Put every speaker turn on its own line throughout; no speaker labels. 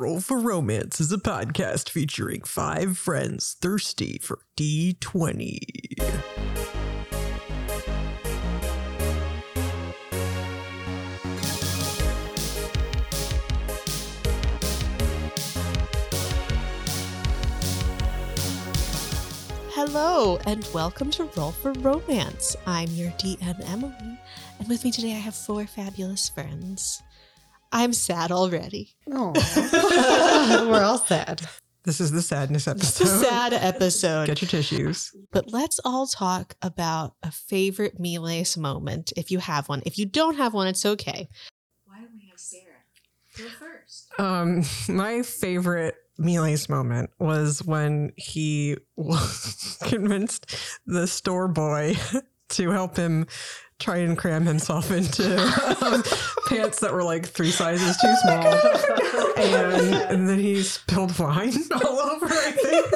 Roll for Romance is a podcast featuring five friends thirsty for D20.
Hello, and welcome to Roll for Romance. I'm your DM, Emily, and with me today I have four fabulous friends. I'm sad already.
Oh,
We're
we're all sad.
This is the sadness
It's
episode.
a sad episode,
Get your tissues.
but let's all talk about a favorite Miles moment if you have one. If you don't have one, it's okay.
Why don't we have Sarah go first?
Um, my favorite Miles moment was when he convinced the store boy to help him try and cram himself into um, pants that were like three sizes too
Oh
small. and, and then he spilled wine all over, I think.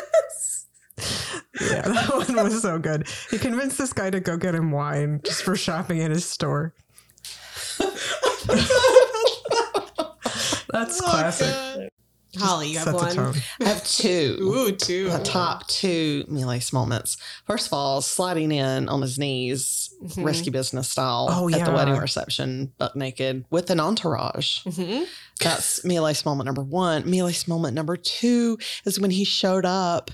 Yeah, that one was so good. He convinced this guy to go get him wine just for shopping at his store. That's classic.
Holly, you have
Set the
one.
tone.
I have two.
Ooh, two.
The top two Miles moments. First of all, sliding in on his knees,
Mhm.
risky business style
Mm-hmm. Oh,
at the
yeah.
wedding reception, buck naked with an entourage.
Mhm.
That's Miles moment number one. Miles moment number two is when he showed up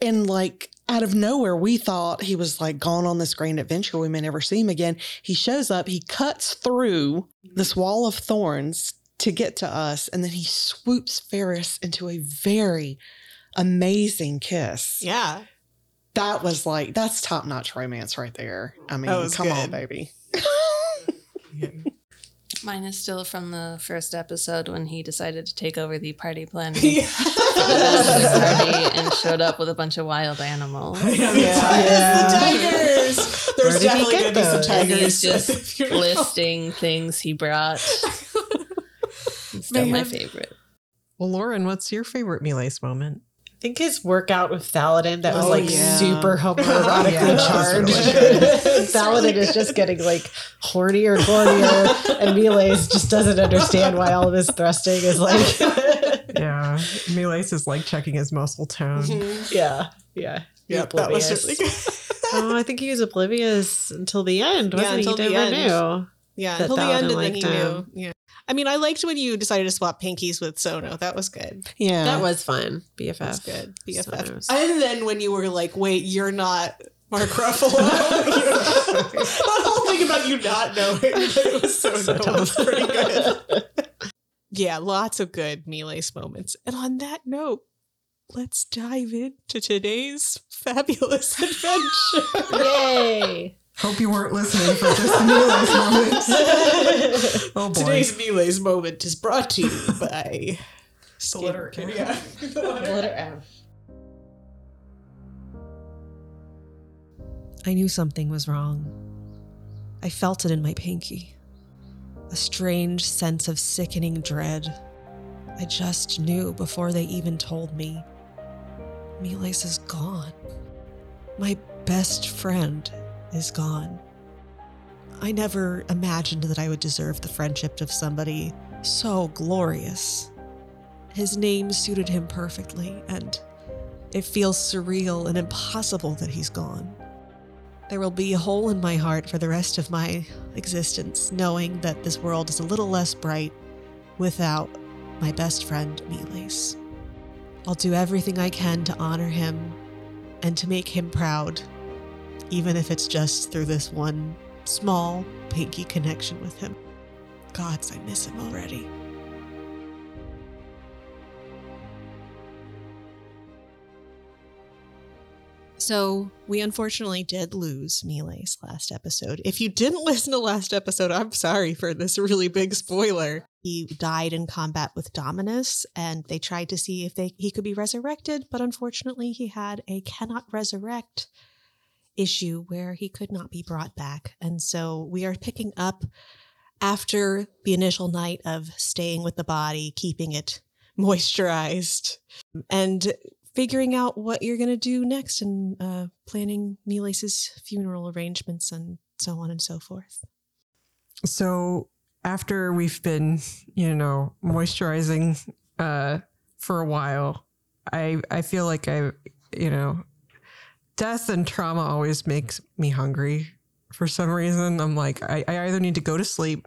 and like out of nowhere, we thought he was like gone on this grand adventure. We may never see him again. He shows up, he cuts through this wall of thorns to get to us, and then he swoops Ferris into a very amazing kiss.
Yeah.
That was like that's top notch romance right there. I mean,
That was
come on,
good.
baby.
Mine is still from the first episode when he decided to take over the party planning party and showed up with a bunch of wild animals.
Yes, the tigers. There's
Where did he
definitely going
get
to be some
those?
And
tigers.
he's just listing things he brought. It's still my favorite.
Well, Lauren, what's your favorite Miles moment?
I think his workout with Thaladin that was
Oh,
like
yeah.
super homoerotically
Yeah, that was
charged.
really good.
Thaladin is just getting like hornier and hornier, and Miles just doesn't understand why all of his thrusting is like.
Yeah, Miles is like checking his muscle
Mm-hmm.
tone.
yeah, yeah. He's
Yep, that was
oblivious.
really good.
oh, I think he was oblivious until the end,
Yeah,
wasn't
until
he?
the
He never
end.
knew.
Yeah,
that
until the
Thaladin
end, and then
liked
he
him.
knew. Yeah, I mean, I liked when you decided to swap pinkies with Sono. That was good.
Yeah.
That was fun. BFF.
That was good. BFF.
Sonos.
And then when you were like, "Wait, you're not Mark Ruffalo." that whole thing about you not knowing that it was Sono was pretty good. Yeah, lots of good Miles moments. And on that note, let's dive into today's fabulous adventure.
Yay!
Hope you weren't listening for just the Miles moment. Oh boy,
Today's Miles moment is brought to you by the
letter M.
Yeah. The letter M.
Letter M.
I knew something was wrong. I felt it in my pinky. A strange sense of sickening dread. I just knew before they even told me. Miles is gone. My best friend is gone. I never imagined that I would deserve the friendship of somebody so glorious. His name suited him perfectly, and it feels surreal and impossible that he's gone. There will be a hole in my heart for the rest of my existence, knowing that this world is a little less bright without my best friend, Miles. I'll do everything I can to honor him and to make him proud, even if it's just through this one small pinky connection with him. Gods, I miss him already.
So we unfortunately did lose Miles last episode. If you didn't listen to last episode, I'm sorry for this really big spoiler. He died in combat with Dominus, and they tried to see if they he could be resurrected, but unfortunately, he had a cannot resurrect issue where he could not be brought back. And so we are picking up after the initial night of staying with the body, keeping it moisturized, and figuring out what you're going to do next and uh, planning Milace's funeral arrangements and so on and so forth.
So after we've been, you know, moisturizing uh, for a while. I I feel like I you know death and trauma always makes me hungry for some reason. I'm like I, I either need to go to sleep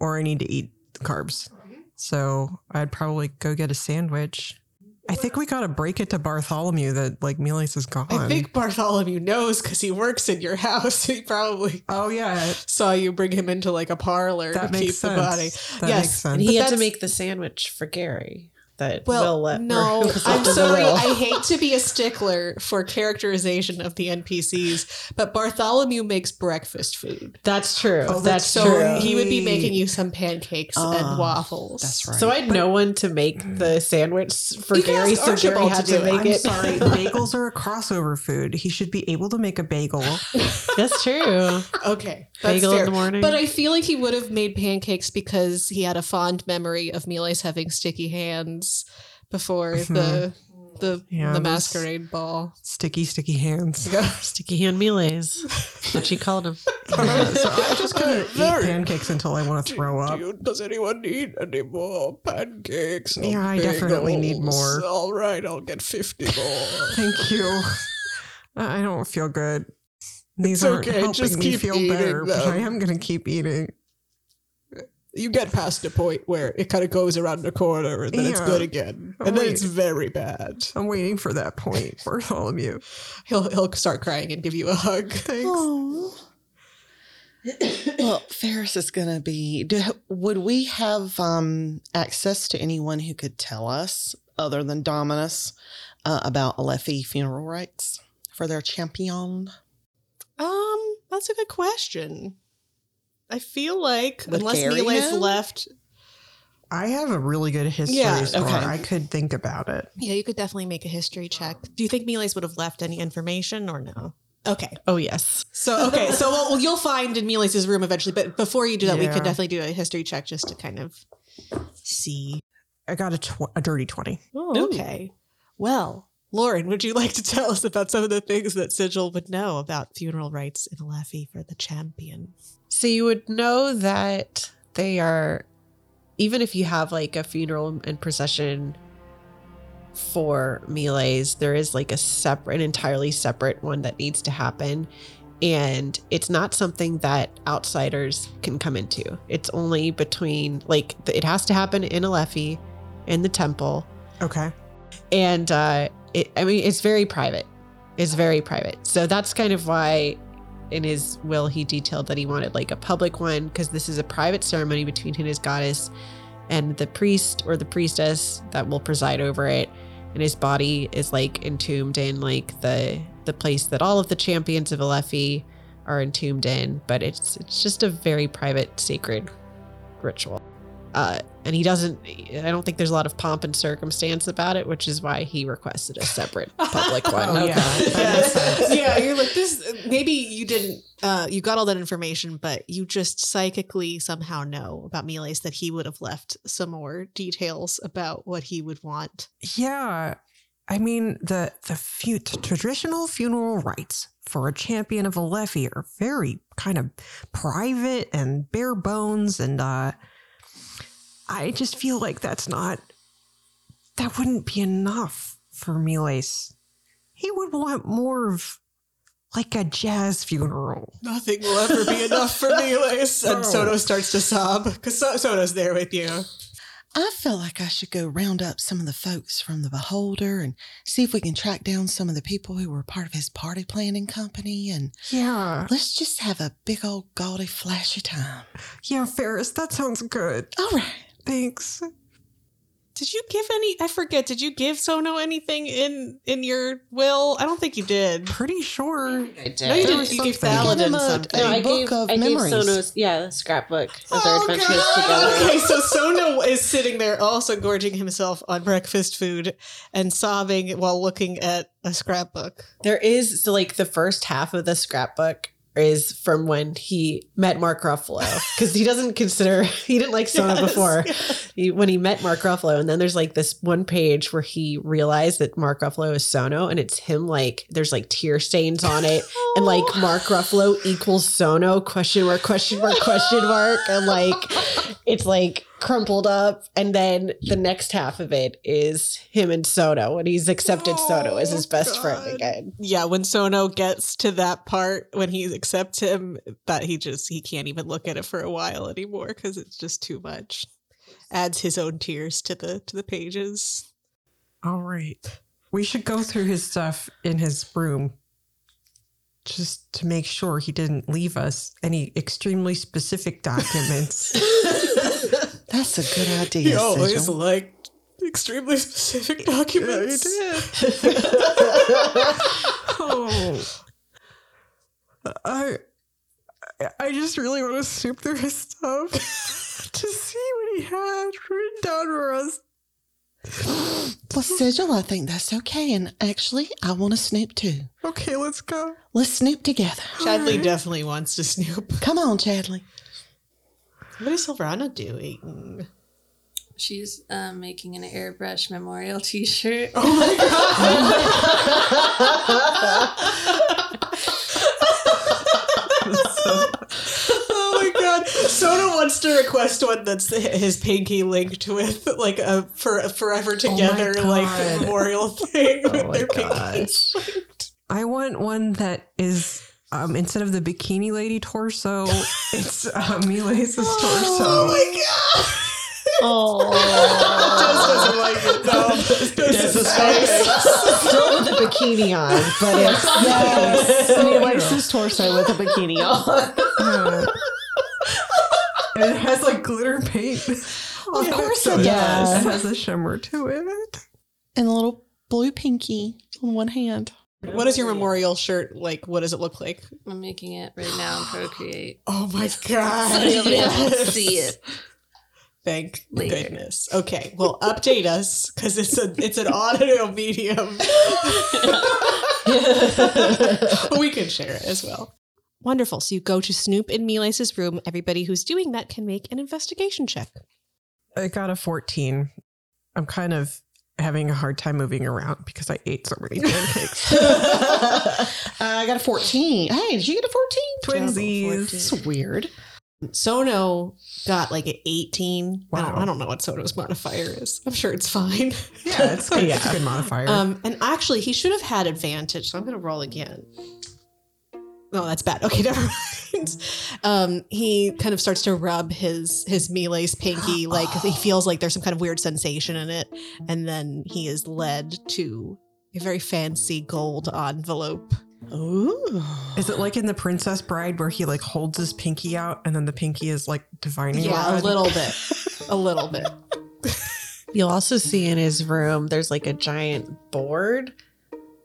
or I need to eat carbs. So I'd probably go get a sandwich. I think we gotta break it to Bartholomew that like Miles is gone.
I think Bartholomew knows because he works in your house. He probably
Oh yeah,
saw you bring him into like a parlor
that
to
makes
keep
sense.
the body.
That
Yes,
makes
And
sense.
he
But
had to
that's-
make the sandwich for Gary that
Well,
Will let
no,
was
I'm
left in the
sorry.
will.
I hate to be a stickler for characterization of the NPCs, but Bartholomew makes breakfast food.
That's true.
Oh,
that's
So
true.
he would be making you some pancakes
Ah,
and waffles.
That's right.
so I had no one to make the sandwich for
Mm. You can
Gary,
ask
so Gary
Archibald
had
to
to
do it.
make
I'm
it.
sorry, bagels are a crossover food. He should be able to make a bagel.
that's true.
Okay. That's
Bagel in
fair.
the morning.
But I feel like he would have made pancakes because he had a fond memory of Miles having sticky hands before the the
Yeah,
the
those-
masquerade ball.
Sticky, sticky hands.
sticky hand melees. What she called him.
so I'm just gonna eat
Very-
pancakes until I want to throw up.
Does anyone need any more pancakes?
or Yeah, I definitely need bagels? more.
All right, I'll get 50 more.
Thank you. I I don't feel good. These aren't
okay,
helping
just
me
keep
feel
eating
better, but
them.
I am gonna keep eating.
you get past the point where it kind of goes around the corner and then it's
Yeah.
good again
Oh,
and then
wait.
it's very bad
I'm waiting for that point, Bartholomew.
he'll he'll start crying and give you a hug
Thanks.
well, Ferris is going to be. Do, would we have um, access to anyone who could tell us, other than Dominus, uh, about Alephi funeral rites for their champion?
um that's a good question i feel like
Would
unless
Gary
Miles
know?
left
I have a really good history
Yeah,
score.
okay.
I could think about it.
yeah you could definitely make a history check do you think Miles would have left any information or no okay
Oh yes.
so okay so well, you'll find in Miles's room eventually but before you do that we
Yeah.
could definitely do a history check just to kind of see
I got a, tw- a dirty twenty.
Oh, okay. Well, Lauren, would you like to tell us about some of the things that Sigil would know about funeral rites in Alephi for the champion?
So you would know that they are, even if you have like a funeral and procession for melees, there is like a separate, an entirely separate one that needs to happen. And it's not something that outsiders can come into. It's only between, like, th- it has to happen in Alephi, in the temple.
Okay.
And uh, it, I mean, it's very private. It's very private. So that's kind of why in his will he detailed that he wanted like a public one because this is a private ceremony between him and his goddess and the priest or the priestess that will preside over it and his body is like entombed in like the the place that all of the champions of Alephi are entombed in but it's it's just a very private sacred ritual uh and he doesn't i don't think there's a lot of pomp and circumstance about it which is why he requested a separate public one
Oh, yeah. That makes sense.
yeah, you're like this. Maybe you didn't. Uh, you got all that information, but you just psychically somehow know about Miles that he would have left some more details about what he would want.
Yeah. I mean, the the fu- t- traditional funeral rites for a champion of Alephi are very kind of private and bare bones, and uh, I just feel like that's not that wouldn't be enough for Miles. He would want more of like a jazz funeral.
Nothing will ever be enough for Miles.
And Soto
starts to sob because Soto's there with you.
I feel like I should go round up some of the folks from the Beholder and see if we can track down some of the people who were part of his party planning company. And
Yeah,
let's just have a big old gaudy flashy time.
yeah, Ferris, that sounds good.
All right.
Thanks.
Did you give any? I forget. Did you give Sono anything in in your will? I don't think you did.
Pretty sure.
I did.
No, you
was
didn't. You gave
something.
Paladin
Give him a-
something.
No,
a
I
book
gave,
of
I gave
memories.
Sono's, yeah, the scrapbook of their adventures together.
Okay, so Sono is sitting there also gorging himself on breakfast food and sobbing while looking at a scrapbook.
There is so like the first half of the scrapbook is from when he met Mark Ruffalo because he doesn't consider he didn't like Sona
Yes,
before He- when he met Mark Ruffalo and then there's like this one page where he realized that Mark Ruffalo is Sono and it's him like there's like tear stains on it and like Mark Ruffalo equals Sono question mark question mark question mark and like it's like crumpled up. And then the next half of it is him and Sono when he's accepted Sono as his
Oh,
best
God.
friend again.
Yeah, when Sono gets to that part when he accepts him, that he just he can't even look at it for a while anymore because it's just too much. Adds his own tears to the to the pages.
All right. We should go through his stuff in his room just to make sure he didn't leave us any extremely specific documents.
That's a good idea. Sigil.
liked extremely specific documents.
oh. I I just really want to soup through his stuff to see what he had written down for us.
Well, Sigil, I think that's okay. And actually, I want to snoop too.
Okay, let's go.
Let's snoop together.
Chadley definitely wants to snoop.
Come on, Chadley.
What is Silvana doing?
She's um, making an airbrush memorial T-shirt.
Oh my god! Soda wants to request one that's his pinky linked with like a for forever together like
God.
memorial thing with their pinkies.
I want one that is um, instead of the bikini lady torso, it's uh, Mila's torso.
Oh my god! Oh, Jess doesn't like it. No, Jess is
Still with a bikini on, but it's yes.
his torso with a bikini on.
Yeah. And it has like glitter paint. Of
course it
It
does.
has a shimmer to it.
And a little blue pinky on one hand.
What is your memorial shirt like? What does it look like?
I'm making it right now in Procreate.
Oh my
So
god!
you'll be able to see it.
Thank
Later.
goodness. Okay, well, update us because it's a it's an audio medium. we can share it as well. Wonderful. So you go to Snoop in Milace's room. Everybody who's doing that can make an investigation check.
I got a 14. I'm kind of having a hard time moving around because I ate so many pancakes.
Uh, I got a 14. Hey, did you get a 14?
Twinsies.
That's weird.
Sono got like an 18. I, don't,
Wow.
I don't know what Sono's modifier is. I'm sure it's fine.
Yeah, it's, good. it's a good modifier.
Um, and actually, he should have had advantage, so I'm going to roll again. No, that's bad. Okay, never mind. Um, he kind of starts to rub his his Mila's pinky, like he feels like there's some kind of weird sensation in it, and then he is led to a very fancy gold envelope.
Ooh.
is it like in The Princess Bride where he like holds his pinky out and then the pinky is like divining
Yeah, a
rod?
little bit, a little bit.
You'll also see in his room there's like a giant board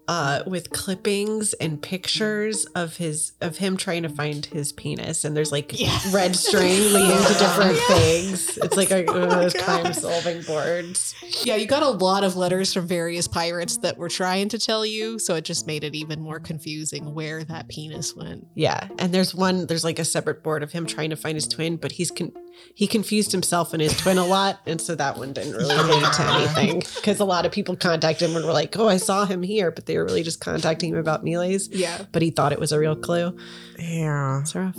uh, with clippings and pictures of his of him trying to find his penis, and there's like
Yeah,
red string leading to different
Yeah. Oh
things. It's like a, one of those
God.
crime solving boards.
Yeah, you got a lot of letters from various pirates that were trying to tell you, so it just made it even more confusing where that penis went.
Yeah, and there's one there's like a separate board of him trying to find his twin, but he's con- he confused himself and his twin a lot, and so that one didn't really lead to anything because a lot of people contacted him and were like, "Oh, I saw him here," but they were really just contacting him about melee's.
Yeah.
But he thought it was a real clue.
Yeah,
It's rough.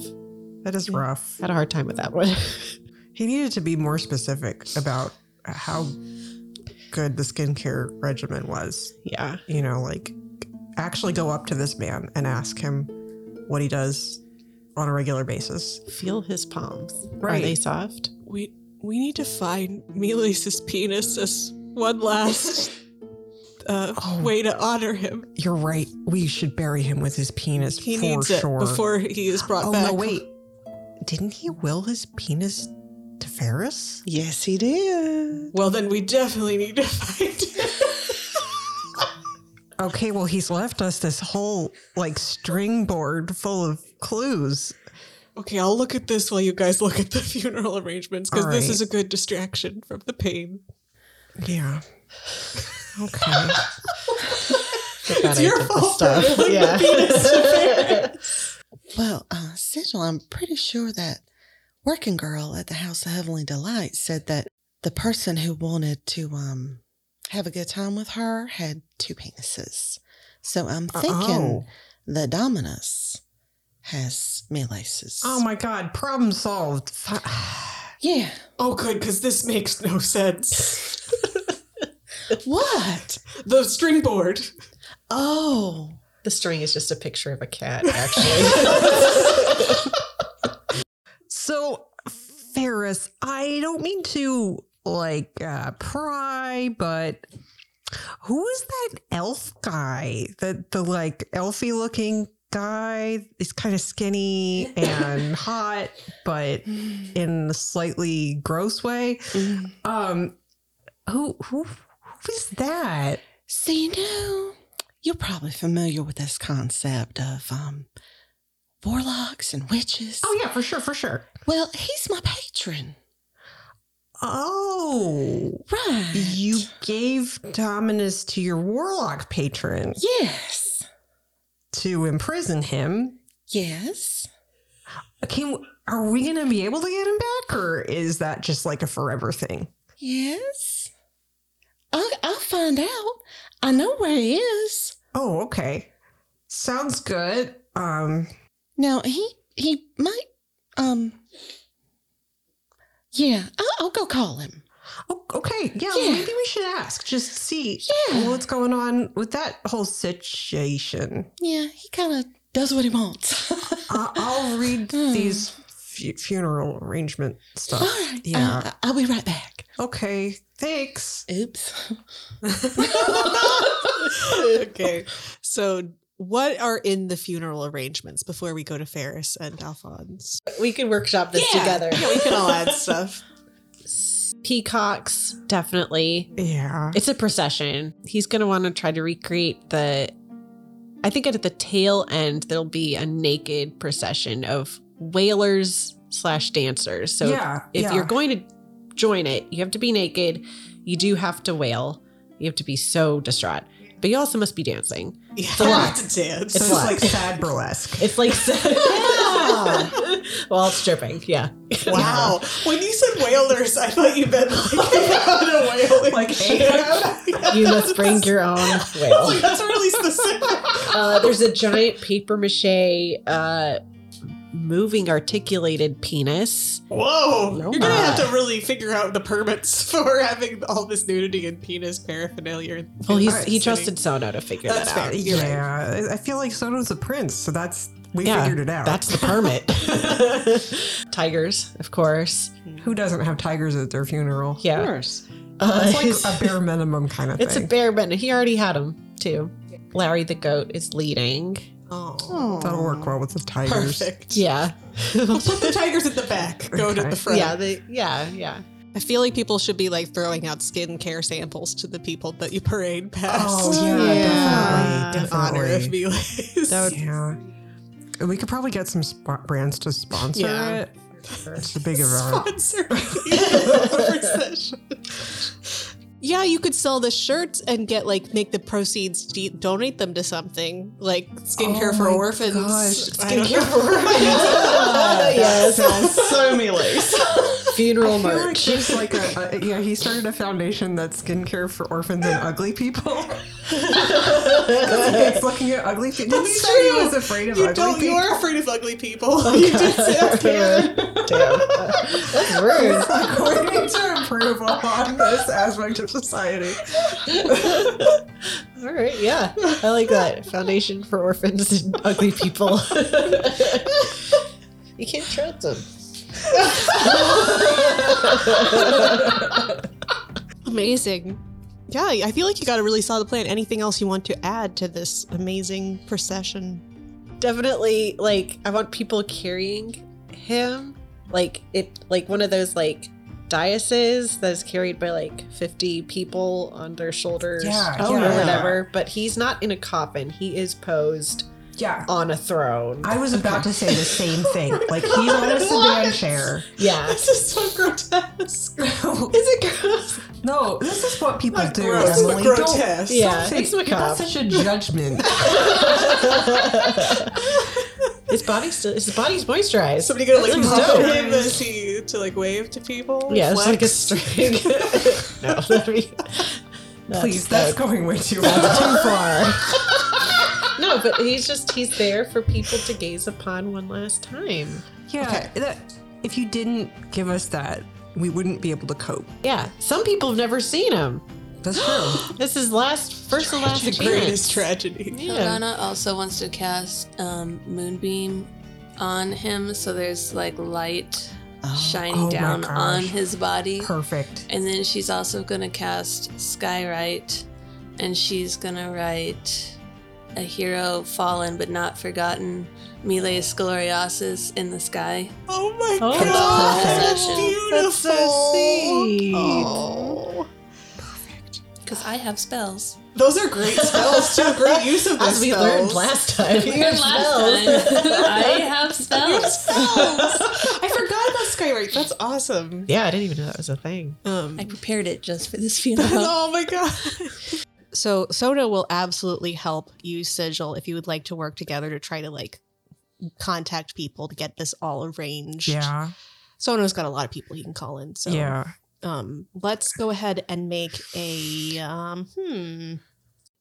that is rough.
Had a hard time with that one.
He needed to be more specific about how good the skincare regimen was.
yeah.
You know, like actually go up to this man and ask him what he does on a regular basis.
Feel his palms. Are
Right.
they soft?
We we need to find Melis's penis as one last uh,
Oh.
way to honor him.
You're right. We should bury him with his penis
He
for
needs it
sure.
before he is brought
oh
back.
no, wait. Didn't he will his penis to Ferris?
Yes, he did.
Well, then we definitely need to find him.
Okay, well he's left us this whole like string board full of clues.
Okay, I'll look at this while you guys look at the funeral arrangements because
All
this
right.
is a good distraction from the pain.
Yeah. Okay.
Forgot I
your
did this
fault for really
Well, uh, Sigil, I'm pretty sure that working girl at the House of Heavenly Delight said that the person who wanted to um have a good time with her had two penises. So I'm thinking
Oh.
the Dominus has Melee's.
Oh my god, problem solved. Fi-
Yeah.
Oh, good, because this makes no sense.
What?
the string board.
Oh.
The string is just a picture of a cat, actually.
So, Ferris, I don't mean to like uh, pry, but who is that elf guy? That the like elfy looking guy is kind of skinny and hot, but in a slightly gross way.
Mm.
Um, who who who is that?
See, now you're probably familiar with this concept of um, warlocks and witches.
Oh yeah, for sure, for sure.
Well, he's my patron.
Oh,
Right.
you gave Dominus to your warlock patron
Yes.
to imprison him
Yes.
Can are we gonna be able to get him back, or is that just like a forever thing?
Yes. I'll, I'll find out. I know where he is.
Oh, okay. Sounds good. Um,
Now he he might um. Yeah, I'll, I'll go call him.
o- okay. Yeah,
Yeah.
maybe we should ask. Just see
Yeah.
what's going on with that whole situation.
Yeah, he kind of does what he wants.
I- I'll read
Hmm.
these fu- funeral arrangement
All
stuff.
right.
yeah.
I, I'll be right back.
Okay. Thanks.
Oops.
okay. So, what are in the funeral arrangements before we go to Ferris and Alphonse?
we could workshop this
Yeah.
together.
Yeah, we can all add stuff.
Peacocks, definitely.
Yeah.
It's a procession. He's going to want to try to recreate the. I think at the tail end, there'll be a naked procession of wailers slash dancers. So
yeah.
if
yeah.
you're going to join it, you have to be naked. You do have to wail. You have to be so distraught. But you also must be dancing.
Yeah.
a lot.
To dance.
so it's,
it's like-
like sad burlesque.
It's like. well, stripping. Yeah.
Wow. When you said whalers, I thought you meant like a whaling
Like
ship.
You must bring your own whale.
That's really specific.
Uh,
oh.
there's a giant paper mache uh, moving articulated penis.
Whoa.
No.
You're going to have to really figure out the permits for having all this nudity and penis paraphernalia. in-
Well,
in
he's,
that
he
city.
trusted Sono to figure
That's
that out.
fair. You're right.
yeah. I I feel like Sono's a prince, so that's we
Yeah,
figured it out.
That's the permit. Tigers, of course.
Who doesn't have tigers at their funeral?
Yeah.
course.
Uh,
It's like a bare minimum kind of
it's a
thing.
bear bender. He already had him, too. Larry the goat is leading.
Oh.
That'll work well with the tigers.
Perfect.
Yeah.
Put the tigers at the back. Go to
Okay.
the front.
Yeah, they, yeah, yeah.
I feel like people should be like throwing out skincare samples to the people that you parade past.
Oh yeah,
Yeah.
definitely, definitely.
in honor of Miles.
yeah. And We could probably get some sp- brands to sponsor
Yeah.
it. It's a big event.
sponsor the procession. Yeah, you could sell the shirts and get like make the proceeds de- donate them to something like skincare
Oh
for
my
orphans.
gosh,
I don't
skincare
know.
for orphans.
yes.
so Mila's.
Oh
Funeral
I feel like
merch.
there's like a, a- yeah. He started a foundation that's skincare for orphans and ugly people. it's looking at ugly people. Didn't you
That's
say
true.
he was afraid of
You
ugly
don't. You
people?
are afraid of ugly people. You did say that.
Damn. That's rude.
According to approval on this aspect of society.
All right, yeah, I like that. Foundation for orphans and ugly people. you can't trust them.
Amazing. Yeah, I feel like you got a really solid plan. Anything else you want to add to this amazing procession?
Definitely, like I want people carrying him, like it, like one of those like diocese that is carried by like fifty people on their shoulders
Yeah,
or
yeah.
whatever. But he's not in a coffin; he is posed
Yeah.
on a throne.
I was about to say the same thing. Like he's on a sedan chair.
yeah,
This is so grotesque.
is it gross? No, this is what people
Not
do.
gross, but
Emily. Don't-
grotesque.
yeah,
Say-
it's macabre.
that's such a judgment.
his body's still his body's moisturized.
Somebody gonna like
That's
push
dope.
him as he to like wave to people.
yeah, it's
Flex.
like a string. no, that'd be, that's-
Please, that's
that-
going way too
that's
far.
too far. no, but he's just he's there for people to gaze upon one last time.
Yeah, that, If you didn't give us that, we wouldn't be able to cope.
Yeah, some people have never seen him.
That's true.
This is last, first and last
the
chance.
greatest tragedy.
Yeah.
Lana also wants to cast um, Moonbeam on him, so there's like light shining
Oh my
down
gosh.
on his body.
Perfect.
And then she's also going to cast Skywrite, and she's going to write a hero fallen but not forgotten, Miles Gloriosus in the sky.
Oh my
Oh,
god!
that's perfect.
beautiful.
That's so sweet.
Oh.
Because I have spells.
Those are great spells too. Great use of those
As we
spells.
learned last time,
From last time, I have spells.
spells. I forgot about Skywrite. That's awesome.
yeah, I didn't even know that was a thing.
Um,
I prepared it just for this funeral.
oh my god.
So Soda will absolutely help you, Sigil, if you would like to work together to try to like contact people to get this all arranged.
Yeah.
Soda's got a lot of people he can call in. So
Yeah.
um let's go ahead and make a um hmm.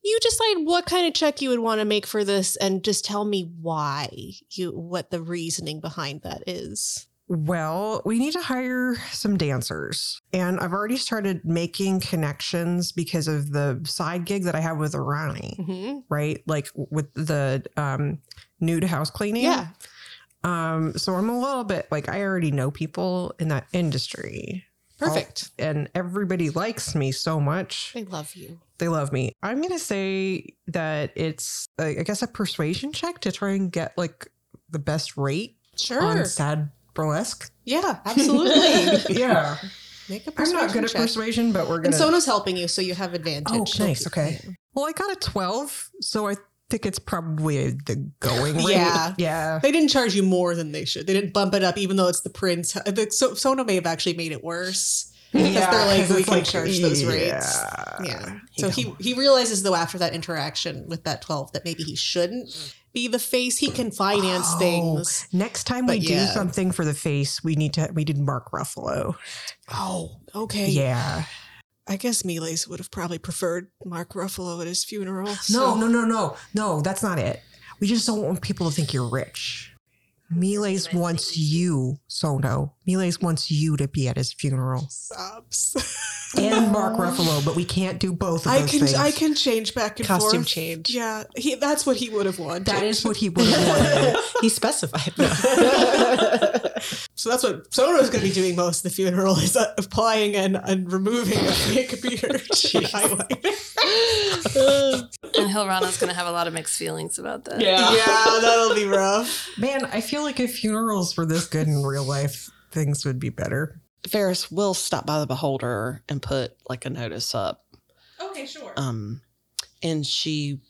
You decide what kind of check you would want to make for this and just tell me why you what the reasoning behind that is.
Well, we need to hire some dancers. And I've already started making connections because of the side gig that I have with Arani,
Mm-hmm.
right? Like with the um, nude house cleaning.
Yeah.
Um, so I'm a little bit like, I already know people in that industry.
Perfect.
And everybody likes me so much.
They love you.
They love me. I'm going to say that it's, uh, I guess, a persuasion check to try and get like the best rate
Sure.
on sad burlesque.
yeah, absolutely.
Yeah.
Make a
I'm not good at
check.
persuasion, but we're
And
gonna.
Sona's helping you, so you have advantage.
oh,
She'll
nice.
keep-
Okay. Well, I got a 12, so I think it's probably the going rate.
Yeah.
Yeah.
They didn't charge you more than they should. They didn't bump it up, even though it's the prince.
Uh,
The, so, Sona may have actually made it worse. Because they're like,
because
we
it's
can charge those rates.
yeah.
Yeah. Uh, So he, he realizes, though, after that interaction with that 12, that maybe he shouldn't be the face. He can finance
Oh.
things.
Next time we
But
do
yeah.
something for the face, we need to. We did Mark Ruffalo.
Oh, okay.
Yeah.
I guess Miles would have probably preferred Mark Ruffalo at his funeral.
No, no, no, no, no. That's not it. We just don't want people to think you're rich. Miles wants you, Sono. Miles wants you to be at his funeral
Sobs.
and Mark Ruffalo, but we can't do both of
I
those
can
things.
I can change back and
Costume
forth.
change.
Yeah, he, that's what he would have wanted.
That is what he would have wanted.
he specified.
So that's what Sono's going to be doing most of the funeral is uh, applying and, and removing a fake beard. and highlight.
and Hilrana's going to have a lot of mixed feelings about that.
yeah, that'll be rough.
Man, I feel like if funerals were this good in real life, things would be better.
Ferris will stop by the beholder and put like a notice up.
Okay, sure.
Um, and she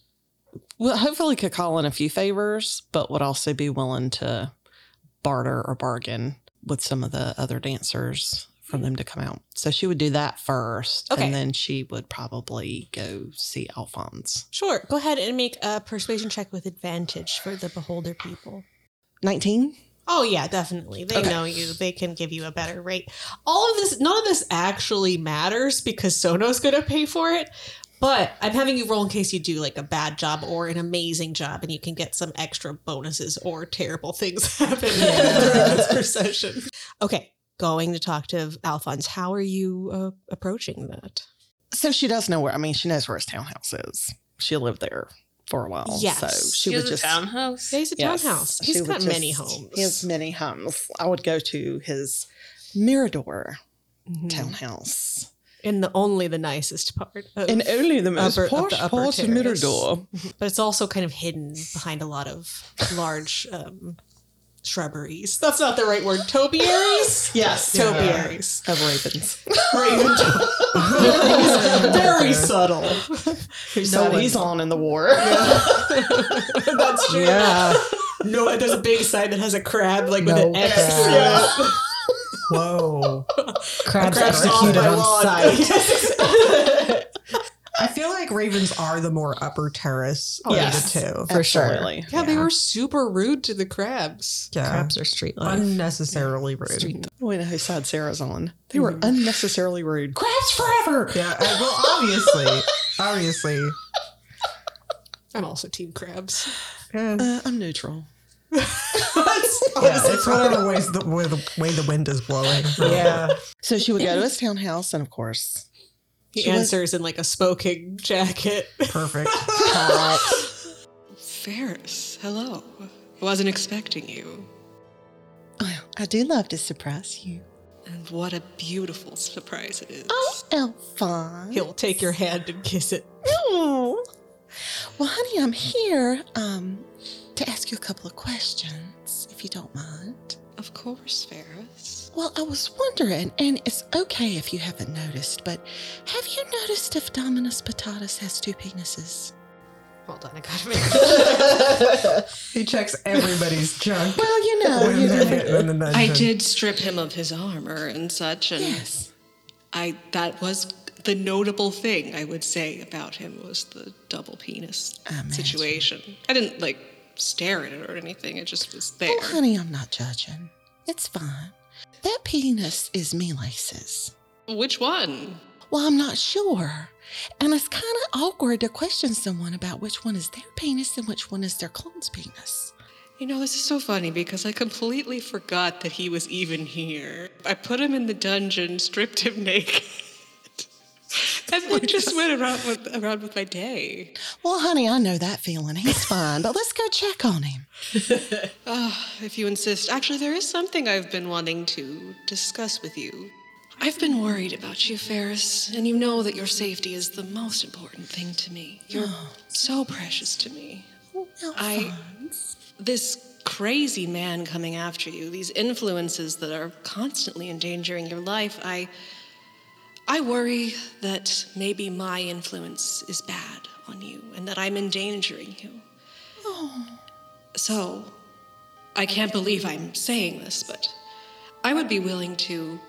will hopefully could call in a few favors, but would also be willing to barter or bargain with some of the other dancers for them to come out. So she would do that first.
Okay.
And then she would probably go see Alphonse.
Sure. Go ahead and make a persuasion check with advantage for the beholder people.
19?
Oh yeah, definitely. They
Okay.
know you. They can give you a better rate. All of this, none of this actually matters because Sono's going to pay for it. But I'm having you roll in case you do like a bad job or an amazing job, and you can get some extra bonuses or terrible things happen during this procession. Okay, going to talk to Alphonse. How are you uh, approaching that?
So she does know where, I mean, she knows where his townhouse is. She lived there for a while.
Yes.
So
She
she,
has
would
a
just.
townhouse.
He's a
Yes.
townhouse.
She
He's
would
got
just-
many homes.
He has many homes. I would go to his Mirador
Mhm.
townhouse.
and the only the nicest part. of-
And only the most
upper- of
posh
the upper
part of
terrace.
Mirador.
but it's also kind of hidden behind a lot of large um, shrubberies. That's not the right word. Topiaries?
Yes.
Topiaries.
Of ravens.
Raven. Very subtle.
So he's on in the war.
That's true.
Yeah.
No, there's a big sign that has a crab like with an
No
X.
crab.
through it.
Whoa. Crabs
Crab's off
executed
my
on
lawn.
sight.
Yes.
I feel like ravens are the more upper terrace of
Yes.
the two.
For sure.
Absolutely.
Yeah, they were super rude to the crabs.
Yeah.
Crabs are street life.
Unnecessarily rude.
We know whose side Sarah's on. They were unnecessarily rude. Crabs forever.
Yeah. I- well, obviously. obviously.
I'm also team crabs.
Yeah.
Uh, I'm neutral.
Yeah, it's whatever ways the way, the way the wind is blowing.
Yeah.
So she would go to his townhouse, and of course,
He
She was-
answers in like a smoking jacket.
Perfect.
Ferris, hello. Wasn't expecting you.
"Oh, I do love to surprise you.
And what a beautiful surprise it is.
Oh, Elfon.
He'll take your hand and kiss it.
Oh. Well, honey, I'm here um, to ask you a couple of questions, if you don't mind.
Of course, Ferris.
Well, I was wondering, and it's okay if you haven't noticed, but have you noticed if Dominus Potatus has two penises?
Hold on, I gotta make
he checks everybody's junk
Well, you know,
when
you
they're
know.
getting in the dungeon.
I did strip him of his armor and such, and
Yes.
I that was the notable thing I would say about him was the double penis
Imagine.
situation. I didn't like stare at it or anything. It just was there.
Oh, honey, I'm not judging. It's fine. That penis is Melise's.
Which one?
Well, I'm not sure. And it's kind of awkward to question someone about which one is their penis and which one is their clone's penis.
You know, this is so funny because I completely forgot that he was even here. I put him in the dungeon, stripped him naked, and then just went around with, around with my day.
Well, honey, I know that feeling. He's fine, but let's go check on him.
Oh, if you insist. Actually, there is something I've been wanting to discuss with you. I've been worried about you, Ferris, and you know that your safety is the most important thing to me. You're so precious to me. I. This crazy man coming after you, these influences that are constantly endangering your life, I. I worry that maybe my influence is bad on you and that I'm endangering you. So, I can't believe I'm saying this, but I would be willing to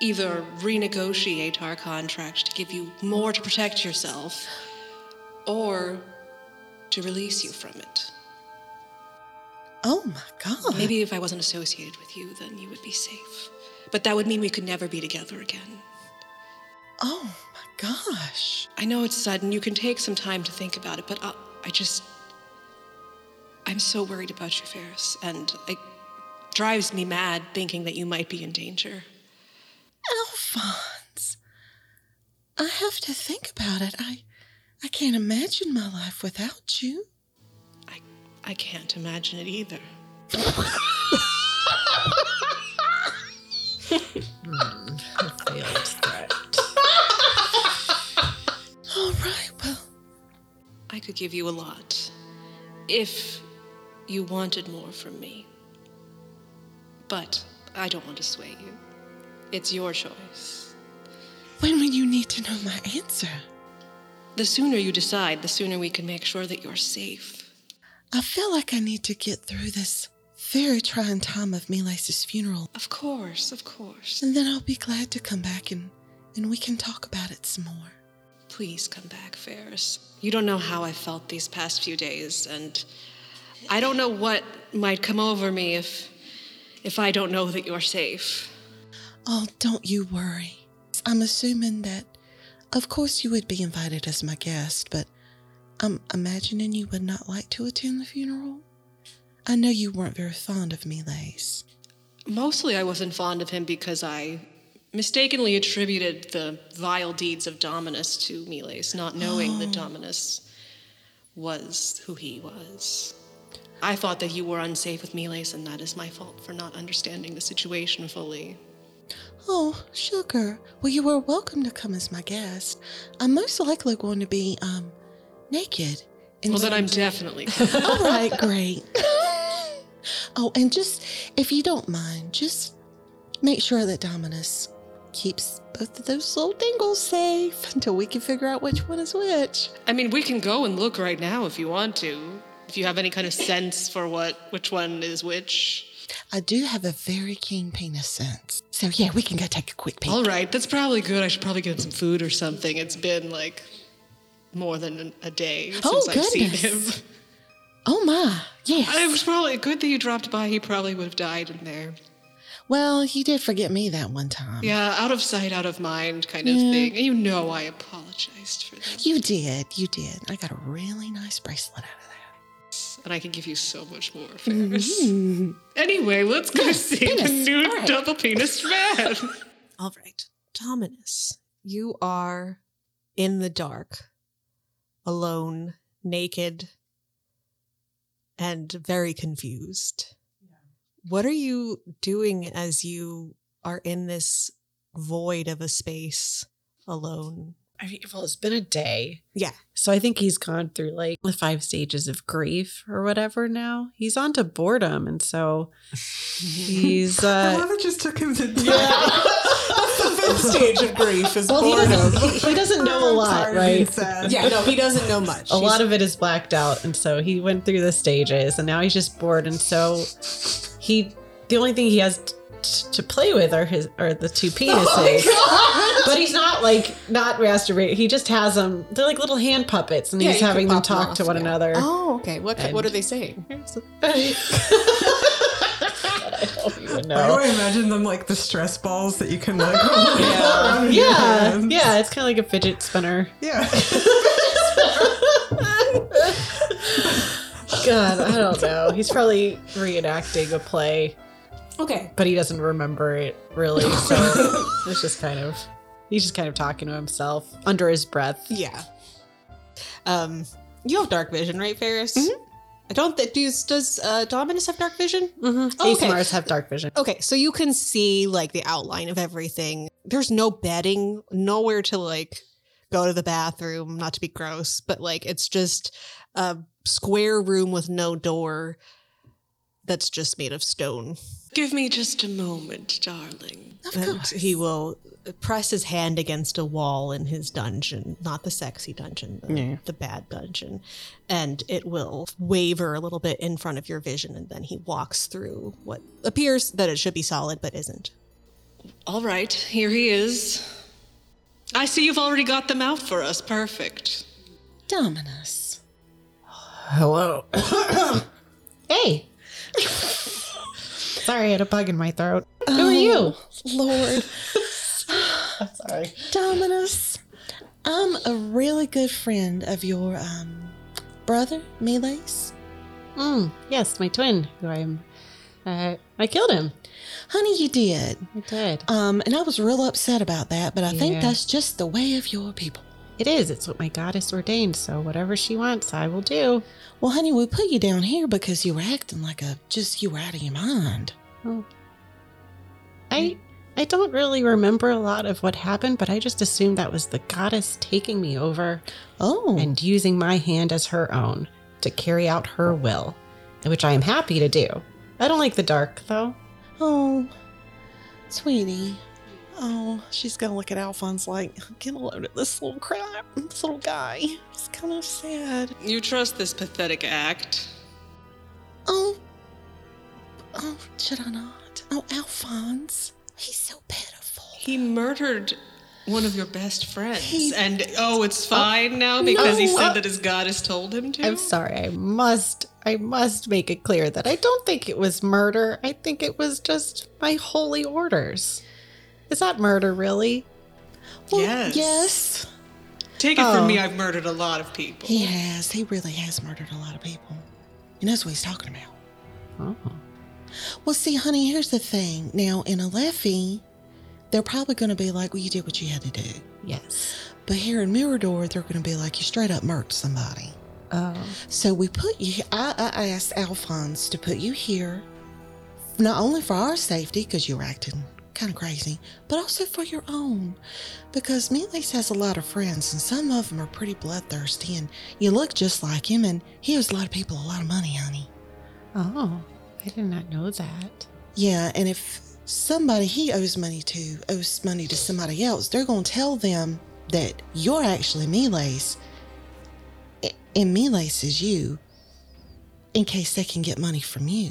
either renegotiate our contract to give you more to protect yourself or to release you from it.
Oh my God.
Maybe if I wasn't associated with you, then you would be safe. But that would mean we could never be together again.
Oh my gosh.
I know it's sudden. You can take some time to think about it, but I, I just. I'm so worried about you, Ferris, and it drives me mad thinking that you might be in danger.
Alphonse. I have to think about it. I I can't imagine my life without you.
I, I can't imagine it either.
All right, well,
I could give you a lot if you wanted more from me. But I don't want to sway you. It's your choice.
when will you need to know my answer?
The sooner you decide, the sooner we can make sure that you're safe.
I feel like I need to get through this very trying time of Milace's funeral,
Of course, of course.
and then I'll be glad to come back and, and we can talk about it some more.
Please come back, Ferris. You don't know how I felt these past few days, and I don't know what might come over me if if I don't know that you're safe.
Oh, don't you worry. I'm assuming that, of course, you would be invited as my guest, but I'm imagining you would not like to attend the funeral. I know you weren't very fond of me, Lace.
Mostly I wasn't fond of him because I mistakenly attributed the vile deeds of Dominus to Miles, not knowing that Dominus was who he was. I thought that you were unsafe with Miles, and that is my fault for not understanding the situation fully.
Oh, sugar. Well, you are welcome to come as my guest. I'm most likely going to be um naked. And
Well, then I'm definitely.
all right. Great. oh, and just if you don't mind, just make sure that Dominus keeps both of those little dingles safe until we can figure out which one is which.
I mean, we can go and look right now if you want to. If you have any kind of sense for what which one is which.
I do have a very keen penis sense, so yeah, we can go take a quick peek.
All right, that's probably good. I should probably get him some food or something. It's been like more than a day since
Oh,
I've seen him.
goodness. Oh my, yes.
It was probably good that you dropped by. He probably would have died in there.
well, you did forget me that one time.
Yeah, out of sight, out of mind kind of thing. You know, I apologized for that.
You did. You did. I got a really nice bracelet out of that.
and I can give you so much more affairs. Anyway, let's go see the new double penis man.
All right. Dominus, you are in the dark, alone, naked, and very confused. What are you doing as you are in this void of a space alone?
I mean, well, it's been a day.
Yeah.
So I think he's gone through like the five stages of grief or whatever now. He's on to boredom. And so he's
I
uh
love it just took him to
Fifth stage of grief is
well, he
boredom.
doesn't, he, he doesn't know a lot, right?
yeah, no, he doesn't know much.
A lot of it is blacked out, and so he went through the stages, and now he's just bored, and so he the only thing he has t- t- to play with are his are the two
Oh
penises. but he's not like not masturbating. He just has them. They're like little hand puppets, and
Yeah,
he's
you can
having them
pop 'em
talk
off,
to one
yeah.
another.
Oh, okay. What
And-
what are they saying? Here's the-
I don't even
I
know.
always imagine them like the stress balls that you can like.
Yeah,
around in your
yeah,
hands.
yeah. It's kind of like a fidget spinner.
yeah.
God, I don't know. He's probably reenacting a play.
Okay.
but he doesn't remember it really. So it's just kind of he's just kind of talking to himself under his breath.
Yeah.
Um, you have dark vision, right, Ferris? I don't think does does uh, Dominus have dark vision?
Mhm.
Oh,
Ace Mars have dark vision.
Okay, so you can see like the outline of everything. There's no bedding, nowhere to like go to the bathroom, not to be gross, but like it's just a square room with no door that's just made of stone.
Give me just a moment, darling.
And he will press his hand against a wall in his dungeon, not the sexy dungeon, the,
Yeah.
the bad dungeon, and it will waver a little bit in front of your vision and then he walks through what appears that it should be solid but isn't.
All right, here he is. I see you've already got them out for us. Perfect.
Dominus.
Hello. hey. Sorry, I had a bug in my throat. Who are you?
Oh, Lord.
I'm sorry.
Dominus. I'm a really good friend of your um, brother, Miles.
Mm, yes, my twin, who I'm. Uh, I killed him.
Honey, you did.
I did.
Um, and I was real upset about that, but I
Yeah.
think that's just the way of your people.
It is. It's what my goddess ordained. So whatever she wants, I will do.
Well, honey, we put you down here because you were acting like a just you were out of your mind.
I I don't really remember a lot of what happened, but I just assumed that was the goddess taking me over
Oh,
and using my hand as her own to carry out her will, which I am happy to do. I don't like the dark though.
oh, sweetie. Oh, she's gonna look at Alphonse like, get a load of this little crap, this little guy. It's kind of sad.
You trust this pathetic act?
Oh, oh, should I not? Oh, Alphonse, he's so pitiful.
He murdered one of your best friends,
He-
and oh, it's fine now because he
No.
said that his goddess told him to.
I'm sorry. I must I must make it clear that I don't think it was murder. I think it was just my holy orders. Is that murder really?
Well,
Yes.
yes,
Take it from
Oh.
me, I've murdered a lot of people.
he has. He really has murdered a lot of people. He knows what he's talking about.
Oh.
Well, see, honey, here's the thing. Now, in Alephi, they're probably going to be like, well, you did what you had to do.
Yes.
But here in Mirador, they're going to be like, you straight up murked somebody.
Oh.
So we put you, I, I asked Alphonse to put you here, not only for our safety, because you were acting kind of crazy, but also for your own. Because Miles has a lot of friends, and some of them are pretty bloodthirsty, and you look just like him, and he owes a lot of people a lot of money, honey.
Oh. I did not know that.
Yeah, and if somebody he owes money to owes money to somebody else, they're going to tell them that you're actually Miles, a- and Miles is you, in case they can get money from you.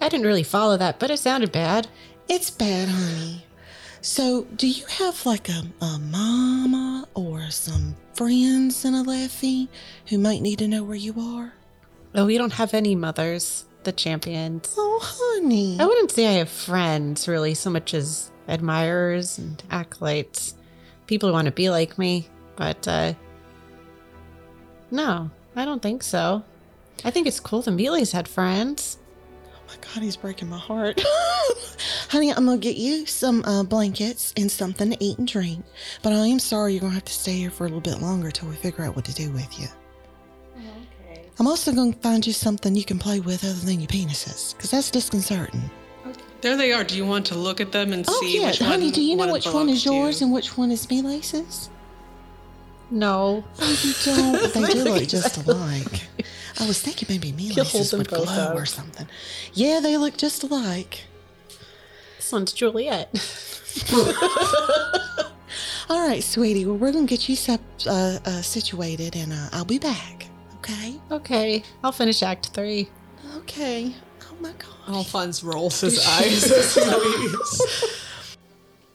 I didn't really follow that, but it sounded bad.
It's bad, honey. So, do you have like a, a mama or some friends in Alephi who might need to know where you are?
Oh, we don't have any mothers, the champions.
Oh, honey.
I wouldn't say I have friends really so much as admirers and acolytes, people who want to be like me, but uh no, I don't think so. I think it's cool the Mealy's had friends.
Oh my God, he's breaking my heart. Honey, I'm going to get you some uh, blankets and something to eat and drink. But I am sorry you're going to have to stay here for a little bit longer till we figure out what to do with you. Oh,
Okay.
I'm also going to find you something you can play with other than your penises, because that's disconcerting.
There they are. Do you want to look at them and
Oh,
see
yeah.
which
Honey,
one?
do you know which one
belongs
is
to you?
yours and which one is me, Laces?
No.
Oh, you don't. But they do look just alike. I was thinking maybe me
You'll hold
laces
them
would glow
both up.
or something. Yeah, they look just alike.
This one's Juliet.
All right, sweetie. Well, we're gonna get you sep- uh, uh, situated, and uh, I'll be back. Okay.
okay, I'll finish Act 3.
Okay. Oh my god.
Alphonse rolls his eyes as he leaves.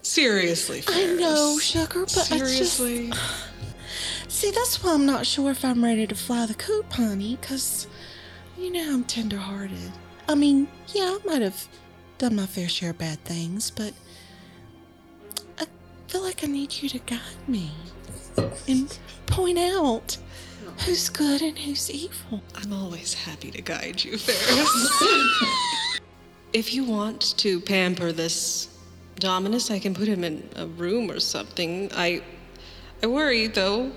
Seriously,
I
Ferris.
know, sugar, but I
Seriously.
just see that's why I'm not sure if I'm ready to fly the coop, honey, because you know I'm tenderhearted. I mean, yeah, I might have done my fair share of bad things, but I feel like I need you to guide me and point out who's good and who's evil.
I'm always happy to guide you, Ferris. if you want to pamper this Dominus, I can put him in a room or something. I, I worry though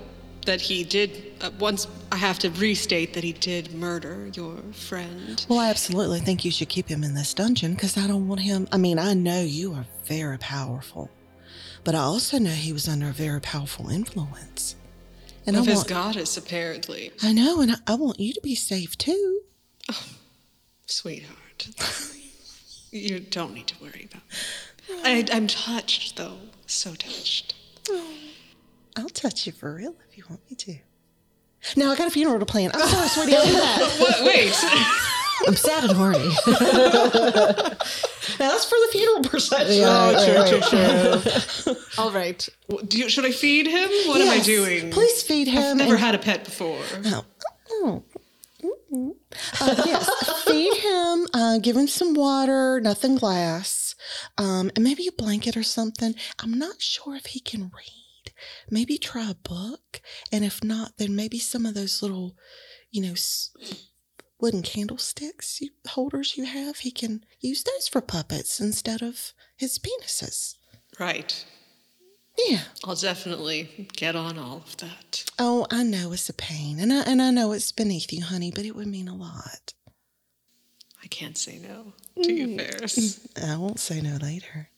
that he did. Uh, once I have to restate that he did murder your friend.
Well, I absolutely think you should keep him in this dungeon because I don't want him. I mean, I know you are very powerful, but I also know he was under a very powerful influence. And I
of his
want,
goddess, apparently,
I know, and I, I want you to be safe too.
sweetheart. you don't need to worry about. Me. I, I'm touched though, so touched.
I'll touch you for real if you want me to. No, I got a funeral to plan. I'm sorry, sweetie. I'll be back.
What? Wait.
I'm sad and horny.
Now that's for the funeral procession.
Oh,
All right.
Do you, should I feed him? What am I
Yes,
doing?
Please feed him.
I've never
and-
had a pet before.
Oh. oh. Mm-mm. Uh, yes, feed him, uh, give him some water, nothing glass, um, and maybe a blanket or something. I'm not sure if he can read. Maybe try a book, and if not, then maybe some of those little, you know, s- wooden candlesticks you, holders you have. He can use those for puppets instead of his penises.
Right.
Yeah.
I'll definitely get on all of that.
Oh, I know it's a pain, and I and I know it's beneath you, honey, but it would mean a lot.
I can't say no to you, Ferris.
I won't say no later.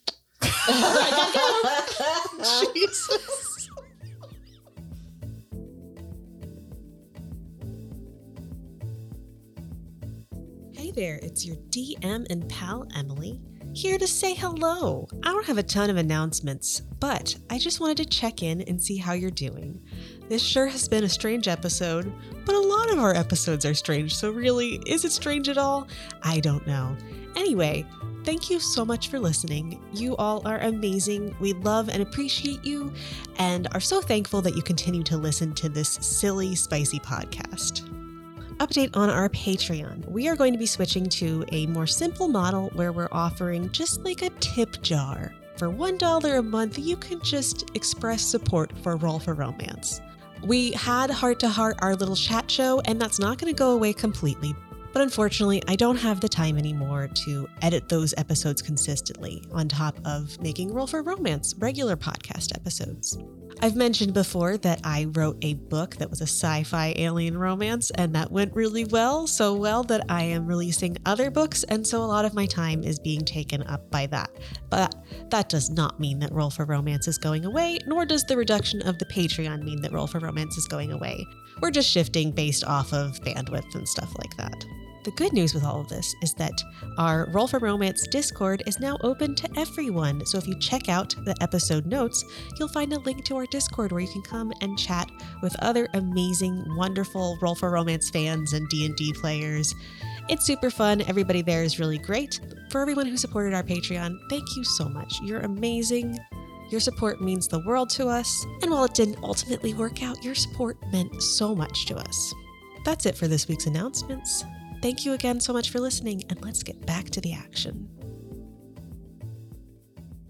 Hey there, it's your DM and pal Emily here to say hello. I don't have a ton of announcements, but I just wanted to check in and see how you're doing. This sure has been a strange episode, but a lot of our episodes are strange, so really, is it strange at all? I don't know. Anyway, thank you so much for listening. You all are amazing. We love and appreciate you and are so thankful that you continue to listen to this silly, spicy podcast update on our Patreon. We are going to be switching to a more simple model where we're offering just like a tip jar. For $1 a month, you can just express support for Roll for Romance. We had heart to heart our little chat show, and that's not going to go away completely. But unfortunately, I don't have the time anymore to edit those episodes consistently, on top of making Roll for Romance regular podcast episodes. I've mentioned before that I wrote a book that was a sci fi alien romance, and that went really well. So well that I am releasing other books, and so a lot of my time is being taken up by that. But that does not mean that Roll for Romance is going away, nor does the reduction of the Patreon mean that Roll for Romance is going away. We're just shifting based off of bandwidth and stuff like that. The good news with all of this is that our Roll for Romance Discord is now open to everyone. So if you check out the episode notes, you'll find a link to our Discord where you can come and chat with other amazing, wonderful Roll for Romance fans and D&D players. It's super fun. Everybody there is really great. For everyone who supported our Patreon, thank you so much. You're amazing. Your support means the world to us. And while it didn't ultimately work out, your support meant so much to us. That's it for this week's announcements. Thank you again so much for listening, and let's get back to the action.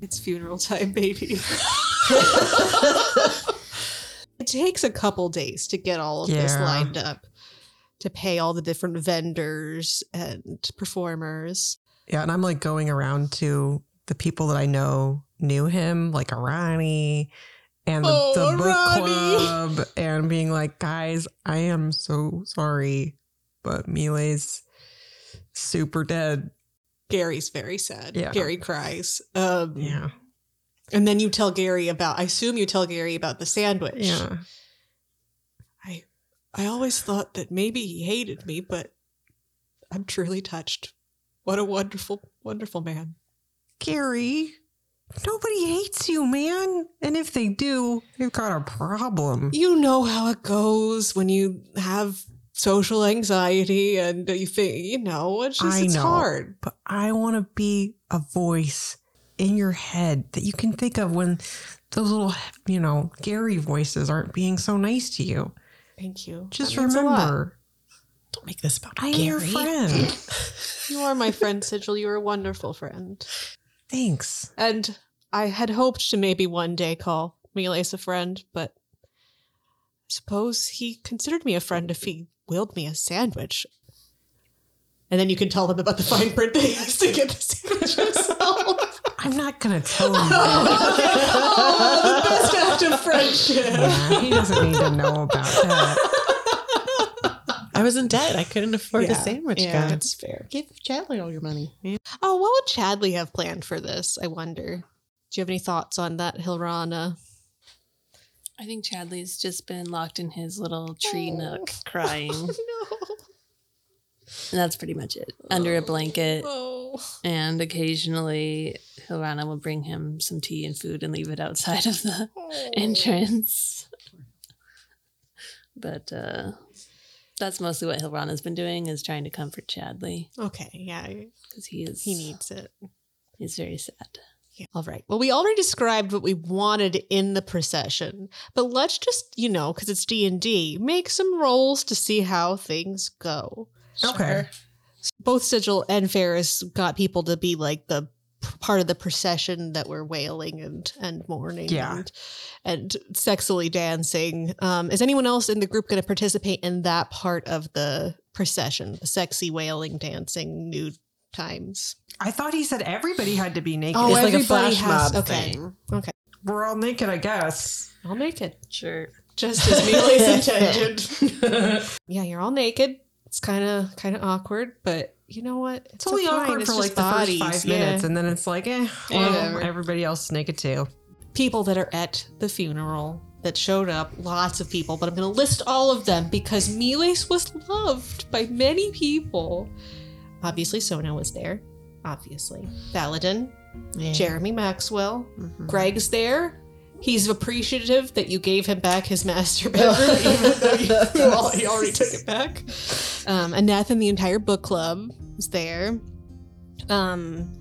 It's funeral time, baby. it takes a couple days to get all of this
Yeah.
lined up. to pay all the different vendors and performers.
Yeah, and I'm like going around to the people that I know knew him, like Arani and the,
Oh,
the book
Arani.
club, and being like, guys, I am so sorry, but Mile's super dead.
Gary's very sad.
Yeah.
Gary cries. Um,
Yeah,
And then you tell Gary about, I assume you tell Gary about the sandwich.
yeah.
I always thought that maybe he hated me, but I'm truly touched. What a wonderful, wonderful man.
Gary, nobody hates you, man. And if they do, they've got a problem.
You know how it goes when you have social anxiety and you think, you know, it's just
I
it's
know.
hard.
but I want to be a voice in your head that you can think of when those little, you know, Gary voices aren't being so nice to you.
Thank you.
Just
That means a lot.
remember,
Don't make this about
I am your friend.
You are my friend, Sigil. You're a wonderful friend.
Thanks.
And I had hoped to maybe one day call Miles a friend, but I suppose he considered me a friend if he willed me a sandwich. And then you can tell them about the fine print they used to get the Oh, sandwich himself.
I'm not gonna tell you. that.
oh, the best act of friendship.
Yeah, he doesn't need to know about that.
I was in debt. I couldn't afford a
Yeah.
sandwich,
Yeah.
guys.
That's fair.
Give Chadley all your money.
Oh, what would Chadley have planned for this? I wonder. Do you have any thoughts on that, Hilrana?
I think Chadley's just been locked in his little tree nook crying. And that's pretty much it. Under a blanket.
Oh.
And occasionally Hilrana will bring him some tea and food and leave it outside of the entrance. But uh that's mostly what Hilrana's been doing is trying to comfort Chadley
Okay, yeah,
because he is
he needs it.
he's very sad.
All right. Well, we already described what we wanted in the procession, but let's just, you know, because it's D and D, make some rolls to see how things go.
Okay.
Both Sigil and Ferris got people to be like the p- part of the procession that were wailing and and mourning,
Yeah.
and, and sexily dancing. Um, is anyone else in the group going to participate in that part of the procession, the sexy wailing, dancing, nude times?
I thought he said everybody had to be naked.
Oh,
it's like a
everybody
flash
has-
mob
okay.
thing.
We're all naked, I guess.
I'll make it.
Sure.
just as Mila's intended. yeah, you're all naked. It's kind of kind of awkward, but you know what?
It's only
fine.
awkward
It's
for
just
like the first
bodies.
five
Yeah.
minutes, and then it's like, eh, well,
Whatever.
everybody else is naked too.
People that are at the funeral that showed up, lots of people, but I'm going to list all of them because Miles was loved by many people. Obviously, Sona was there. Obviously, Valadin,
Yeah.
Jeremy Maxwell,
Mhm.
Greg's there. He's appreciative that you gave him back his master bedroom, even though you, well, he already took it back. Um, Anath and the entire book club was there. Um,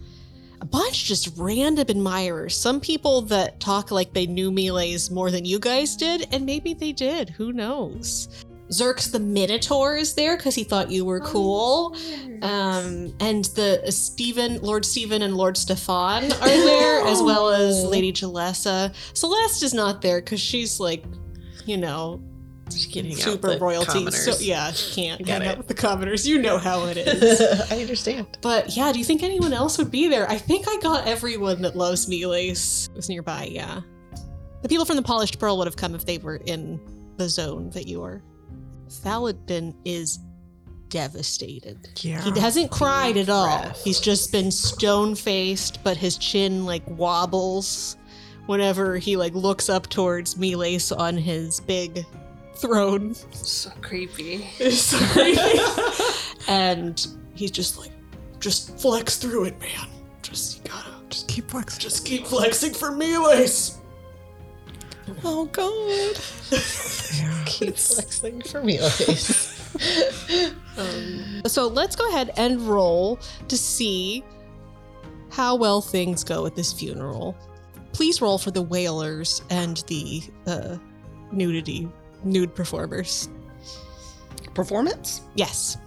a bunch just random admirers. Some people that talk like they knew Miles more than you guys did, and maybe they did. Who knows? Zerx the Minotaur is there because he thought you were cool. Um, and the uh, Stephen, Lord Stephen, and Lord Stefan are there, as well as Lady Gelessa. Celeste is not there because she's like, you know, super royalty. So yeah, she can't hang out with the commoners. You know how it is.
I understand.
but yeah, do you think anyone else would be there? I think I got everyone that loves Miles was nearby. Yeah, the people from the Polished Pearl would have come if they were in the zone that you are. Faladin is devastated.
Yeah.
He hasn't cried at all. He's just been stone faced, but his chin like wobbles whenever he like looks up towards Miles on his big throne.
So creepy.
It's creepy. and he's just like, just flex through it, man. Just you gotta just
Keep flexing.
just keep flexing for Miles.
Oh God.
Yeah.
Keep flexing for me, always.
So let's go ahead and roll to see how well things go at this funeral. Please roll for the whalers and the uh, nudity, nude performers.
Performance?
Yes.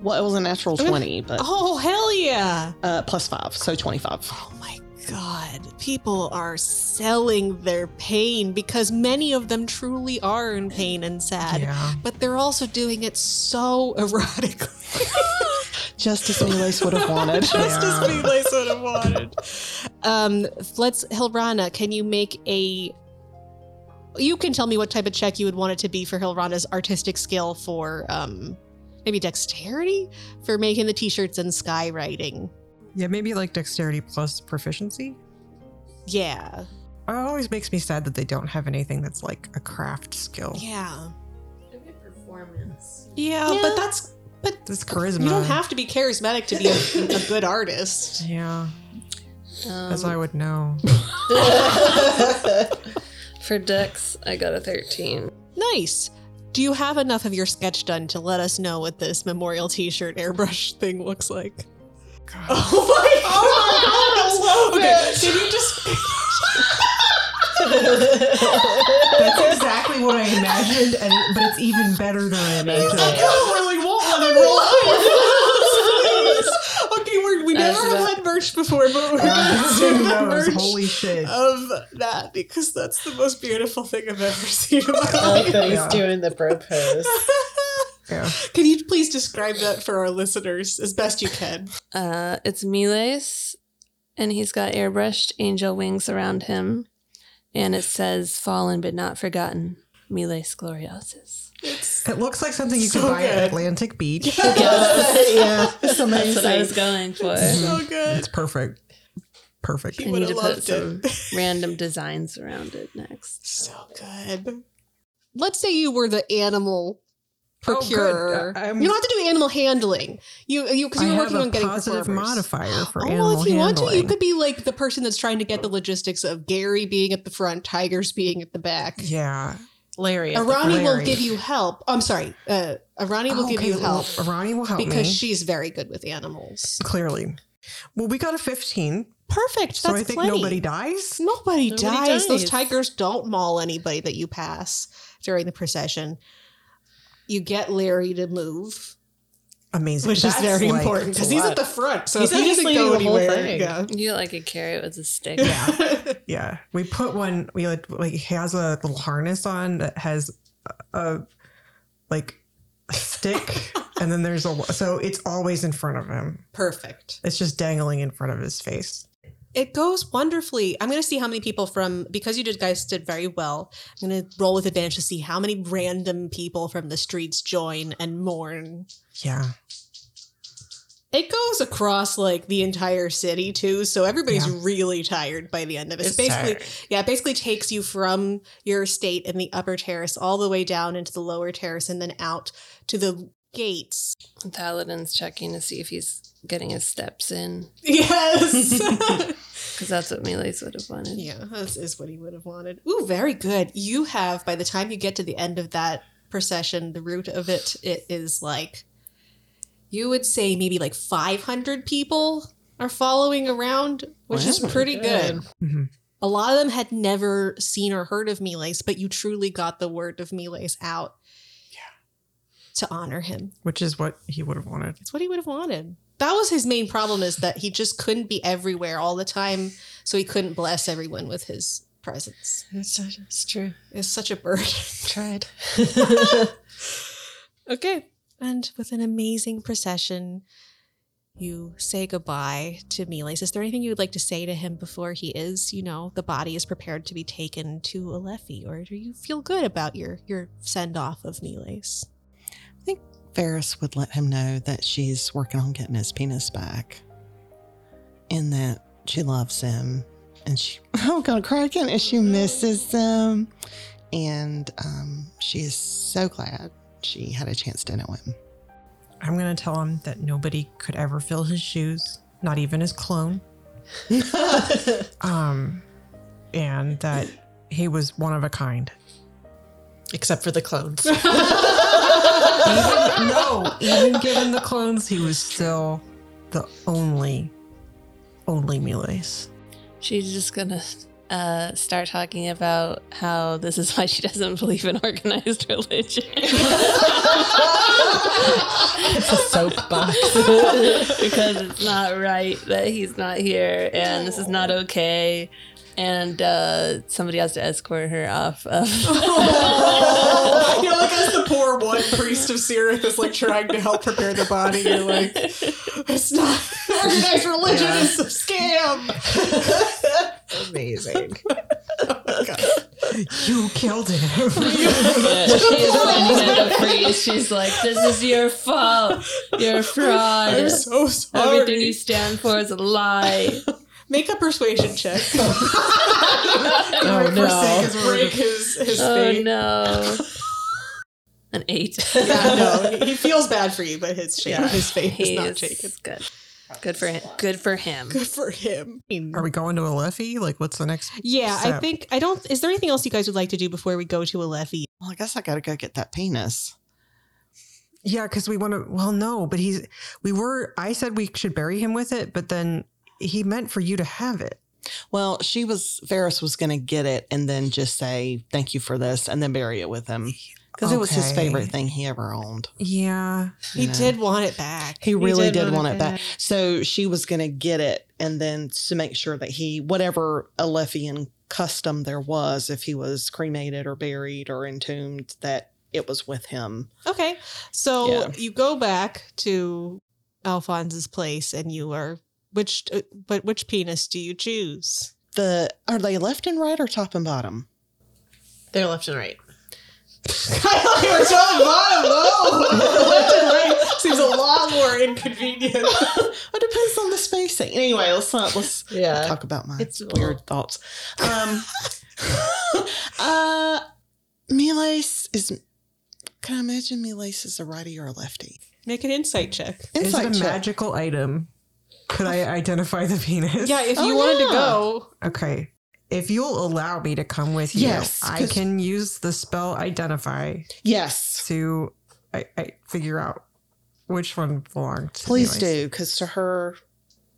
Well, it was a natural
Okay.
20, but
Oh, hell yeah.
uh, plus five, so 25.
Oh my God, people are selling their pain because many of them truly are in pain and sad,
Yeah.
but they're also doing it so erotically.
Just as Milace would have wanted.
Just as Milace would have wanted. Um, let's, Hilrana, can you make a. You can tell me what type of check you would want it to be for Hilrana's artistic skill for um, maybe dexterity for making the t shirts and skywriting.
Yeah, maybe like dexterity plus proficiency.
Yeah.
It always makes me sad that they don't have anything that's like a craft skill.
Yeah.
Performance.
Yeah,
but
that's.
This charisma.
You don't have to be charismatic to be a, a good artist.
Yeah,
Um,
as I would know.
for Dex, I got a 13.
Nice. Do you have enough of your sketch done to let us know what this memorial T-shirt airbrush thing looks like? Oh my god! okay, can you just?
That's exactly what I imagined, and but it's even better than I imagined.
okay, we're, we
That's
never have
about-
had merch before, but we're gonna do the merch
Uh, Holy shit!
Oh, of that because that's the most beautiful thing I've ever seen in my life.
that
he's Yeah.
doing the bro pose.
Yeah.
Can you please describe that for our listeners as best you can?
Uh, it's Miles, and he's got airbrushed angel wings around him. And it says, fallen but not forgotten, Miles Gloriosus.
It looks like something you
So
could buy at
good.
Atlantic Beach.
yeah, it's
That's
amazing.
what I was going for.
So good.
It's perfect. Perfect.
I need to put some random designs around it next.
So good. Let's say you were the animal procurer.
Oh, good. Uh, I'm-
you don't have to do animal handling. You you because
I
you were
have
working
a
on getting
positive
performers.
modifier for
oh,
animal
well, if you
handling.
want to, you could be like the person that's trying to get the logistics of Gary being at the front, Tigers being at the back.
yeah.
Larry. at the front.
Arani will
Larry. Oh,
give you help. I'm sorry. Uh, Arani will give you help
Ronnie will help
because
me.
she's very good with animals.
Clearly. Well, we got a 15,
Perfect.
so
That's
I think
plenty.
nobody dies.
Nobody,
Nobody
dies. Those
dies.
tigers don't maul anybody that you pass during the procession. You get Larry to move,
Amazing.
which is
That's
very
like-
important because he's at the front, so
He's
if he doesn't
obviously
go
the whole
anywhere.
thing.
Yeah.
You get like a carrot with a stick.
Yeah. We put one, we like, like he has a little harness on that has a, a like a stick, and then there's a, so it's always in front of him.
Perfect.
It's just dangling in front of his face.
It goes wonderfully. I'm going to see how many people from because you did guys did very well. I'm going to roll with advantage to see how many random people from the streets join and mourn
Yeah.
It goes across like the entire city too, so everybody's
Yeah.
really tired by the end of it.
It's
It's basically
tiring.
yeah, it basically takes you from your estate in the upper terrace all the way down into the lower terrace and then out to the gates.
Thaladin's checking to see if he's getting his steps in,
Yes.
because that's what Miles would have wanted.
yeah, this is what he would have wanted. Ooh, very good. You have by the time you get to the end of that procession, the root of it it is like you would say maybe like 500 people are following around, which is
Wow,
pretty
good.
good.
Mhm.
A lot of them had never seen or heard of Miles, but you truly got the word of Miles out to honor him.
Which is what he would have wanted.
It's what he would have wanted. That was his main problem is that he just couldn't be everywhere all the time, so he couldn't bless everyone with his presence.
It's, it's true.
It's such a burden.
Tried.
Okay. And with an amazing procession, you say goodbye to Miles. Is there anything you would like to say to him before he is, you know, the body is prepared to be taken to Alephi? Or do you feel good about your your send off of Miles?
Ferris would let him know that she's working on getting his penis back and that she loves him and she oh god cry again and she misses him and um, she is so glad she had a chance to know him
I'm going to tell him that nobody could ever fill his shoes, not even his clone. um, and that he was one of a kind.
Except for the clones.
Even- no, even given the clones, he was still the only, only Miles.
She's just gonna uh, start talking about how this is why she doesn't believe in organized religion.
It's a soapbox.
because it's not right that he's not here and this is not okay. And uh, somebody has to escort her off of
you know, like as the poor one priest of Sirith is like trying to help prepare the body. You're like, it's not organized religion. It's a scam.
Amazing.
you killed him.
Yeah, she is blaming it on the priest. She's like, "This is your fault. You're a fraud.
I'm so sorry.
Everything you stand for is a lie."
Make a persuasion check.
Oh no.
break his, his
Oh no! An eight.
no, he, he feels bad for you, but his shape,
Yeah.
his faith is
He's
not shaken.
good. Good for him. Good for him.
Good for him.
Are we going to Alephi? Like, what's the next?
Yeah, I
So-
think I don't. Is there anything else you guys would like to do before we go to Alefi?
Well, I guess I gotta go get that penis.
Yeah, because we want to. Well, no, but he's. We were. I said we should bury him with it, but then he meant for you to have it.
Well, she was Ferris was gonna get it and then just say thank you for this and then bury it with him because it was his
Okay.
favorite thing he ever owned.
Yeah.
you
He
know?
did want it back.
He really did, want it back. So she was going to get it and then to make sure that he, whatever Alephian custom there was, if he was cremated or buried or entombed, that it was with him.
Okay, so
Yeah.
you go back to Alphonse's place, and you are which, uh, but which penis do you choose?
The Are they left and right or top and bottom?
They're left and right.
Left and right seems a lot more inconvenient.
It depends on the spacing. Anyway, let's not, let's
Yeah.
talk about my
It's-
weird thoughts. Um, uh, Milace is, can I imagine Milace is a righty or a lefty?
Make an insight check.
Insight
Is it a
check.
magical item? Could I identify the penis?
Yeah, if
Oh,
you wanted to
yeah.
go,
Okay. If you'll allow me to come with you,
Yes,
I
'cause-
can use the spell identify
Yes.
to I, I figure out which one belonged. to
Please
Elias.
do, because to her,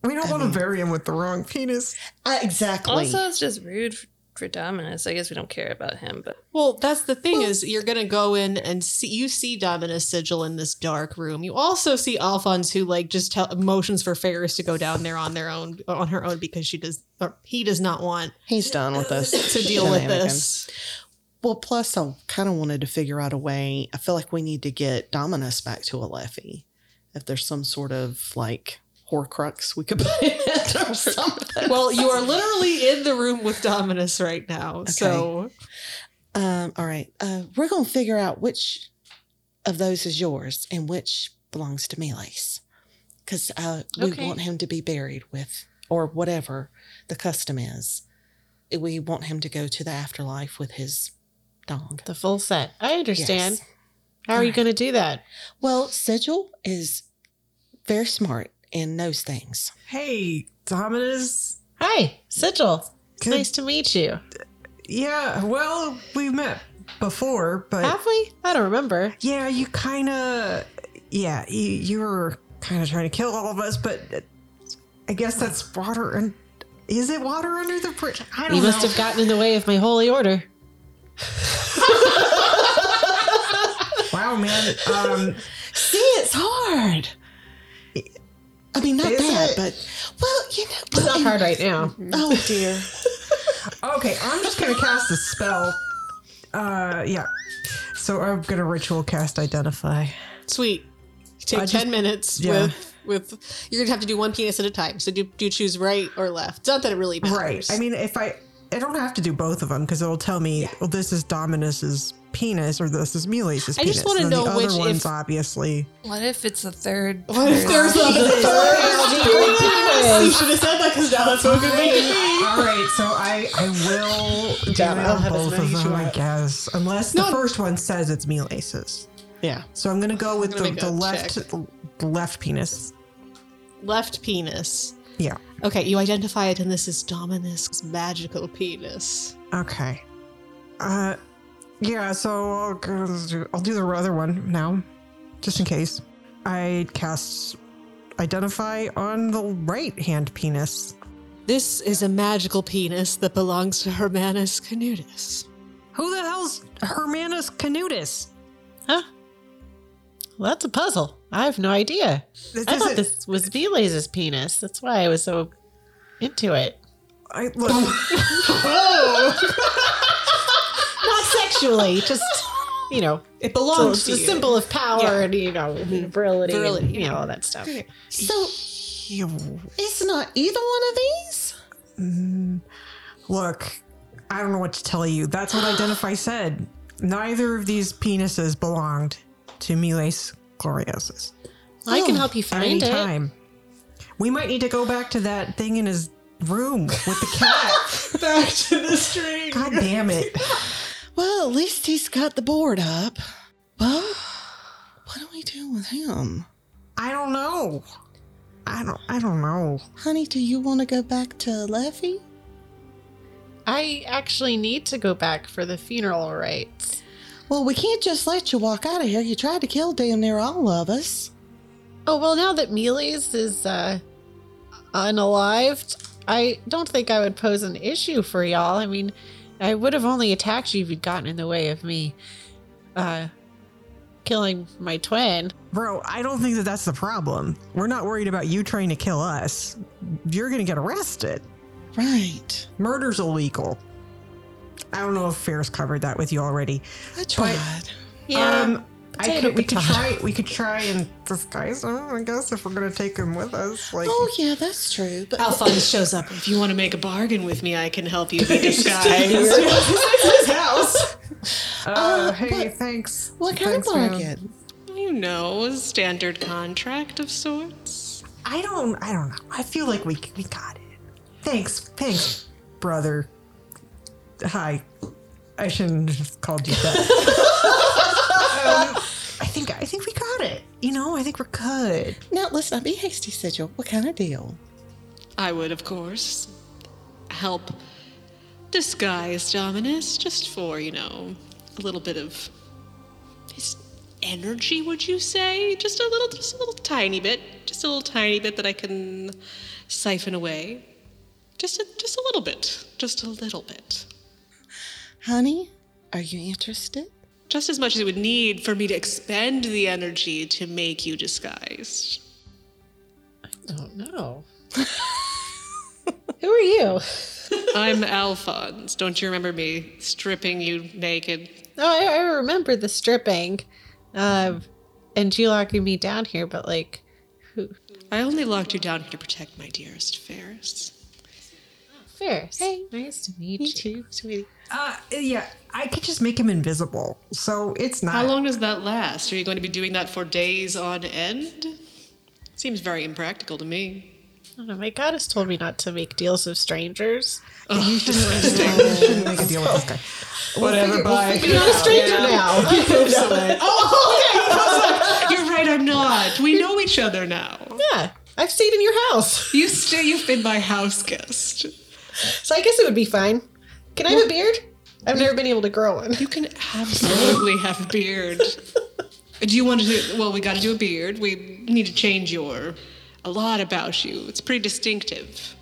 We don't
I
want
mean-
to bury him with the wrong penis.
I, exactly.
Also, it's just rude for, for Dominus. I guess we don't care about him, but
Well, that's the thing is you're gonna go in and see you see Dominus Sigil in this dark room. You also see Alphonse who like just tell motions for Ferris to go down there on their own on her own because she does or he does not want
he's done with this
to deal with
shenanigans.
this.
Well, plus I kind of wanted to figure out a way. I feel like we need to get Dominus back to Alephi. If there's some sort of like Horcrux, we could put in it or something.
Well, you are literally in the room with Dominus right now. So
um, all right, uh, we're gonna figure out which of those is yours and which belongs to Melee's, because uh, we
Okay.
want him to be buried with or whatever the custom is. We want him to go to the afterlife with his dong.
The full set. I understand.
Yes.
How are you going to do that?
Well, Sigil is very smart and knows things.
Hey, Dominus.
Hi, Sigil.
Good-
Nice to meet you.
Yeah, well, we met before, but
Have we? I don't remember.
yeah, you kind of, yeah, you, you were kind of trying to kill all of us, but I guess that's water and is it water under the bridge? I don't
You
know.
must have gotten in the way of my holy order.
wow, man. Um,
See, it's hard. I mean, not
Is
bad,
it?
but well, you know,
It's
well,
not hard right now.
oh dear.
okay, I'm just gonna cast a spell. Uh, yeah. So I'm gonna ritual cast identify.
sweet. Take
I
ten
just-
minutes
yeah.
with with you're gonna have to do one penis at a time. So do do you choose right or left? Not that it really
Right.
matters.
I mean, if I, I don't have to do both of them because it'll tell me, well, this is Dominus's penis or this is Melee's
I
penis.
just wanna
And then
know
the
which
other
if-
one's obviously.
what if it's a third?
What if there's a
Yes.
third? You should have said that because now that's so convenient.
All right, so I I will do
Damn,
it
I'll
on
have as
both
many
of
as you
them, I
want.
guess, unless the
No.
first one says it's Melee's.
Yeah.
So I'm gonna go with
gonna make
the, the
a
left
check.
the left penis.
left penis.
Yeah.
Okay, you identify it, and this is Dominus's magical penis.
Okay. Uh, yeah. So I'll go, I'll do the other one now, just in case. I cast identify on the right hand penis.
This is a magical penis that belongs to Hermanus Canutus.
Who the hell's Hermanus Canutus?
Well, that's a puzzle. I have no idea.
This
I thought
isn't-
this was Belay's penis. That's why I was so into it.
I, look,
Not sexually, just you know,
It
it's
belongs
a
to you.
symbol of power
Yeah.
and you know, virility,
Virility,
and, you know, all that stuff.
So
you-
it's not either one of these?
mm, look, I don't know what to tell you. That's what Identify said. Neither of these penises belonged to Miles Gloriosus.
I can help you
at
find
any
it.
time. We might need to go back to that thing in his room with the cat.
Back to the string.
God damn it.
Well, at least he's got the board up. Well, what do we do with him?
I don't know. I don't I don't know.
Honey, do you want to go back to Leffy?
I actually need to go back for the funeral rites.
Well, we can't just let you walk out of here. You tried to kill damn near all of us.
Oh well, now that Mealy's is uh, unalived, I don't think I would pose an issue for y'all. I mean, I would have only attacked you if you'd gotten in the way of me uh, killing my twin.
Bro, I don't think that that's the problem. We're not worried about you trying to kill us. You're going to get arrested.
Right.
Murder's illegal. I don't know if Ferris covered that with you already.
I tried.
Um, I
potato
could, we could
potato.
try we could try and disguise him, I guess, if we're going to take him with us. Like
oh, yeah, that's true. But
Alphonse shows up.
If you want to make a bargain with me, I can help you be disguised.
oh,
uh,
hey,
but-
thanks.
what kind
Thanks,
of
man.
bargain?
you know, a standard contract of sorts.
I don't. I don't know. I feel like we we got it. Thanks, thanks, brother. Hi. I shouldn't have just called you that. Um, I think I think we got it. You know, I think we're good.
Now, let's not be hasty, Sigil. What kind of deal?
I would, of course, help disguise Dominus just for, you know, a little bit of his energy, would you say? Just a little, just a little tiny bit, just a little tiny bit that I can siphon away. Just a, just a little bit, just a little bit.
Honey, are you interested?
Just as much as it would need for me to expend the energy to make you disguised.
don't know. Um, Who are you?
I'm Alphonse. Don't you remember me stripping you naked?
No, I, I remember the stripping, um, and you locking me down here. But like, who?
I only locked you down here to protect my dearest Ferris.
Ferris. Hey, nice to meet, you. sweetie.
Uh, yeah, I could just make him invisible, so it's not.
How long does that last? Are you going to be doing that for days on end? Seems very impractical to me.
I don't know. My goddess told me not to make deals with strangers.
Oh, disgusting.
I shouldn't make a deal with this guy. Whatever, bye.
I'm a stranger now.
You're right, I'm not. We know each other now.
Yeah, I've stayed in your house,
You stay, you've been my house guest.
so I guess it would be fine. Can I have a beard? I've never been able to grow one.
You can absolutely have a beard. Do you want to do, well, we got to do a beard. We need to change your, a lot about you. It's pretty distinctive.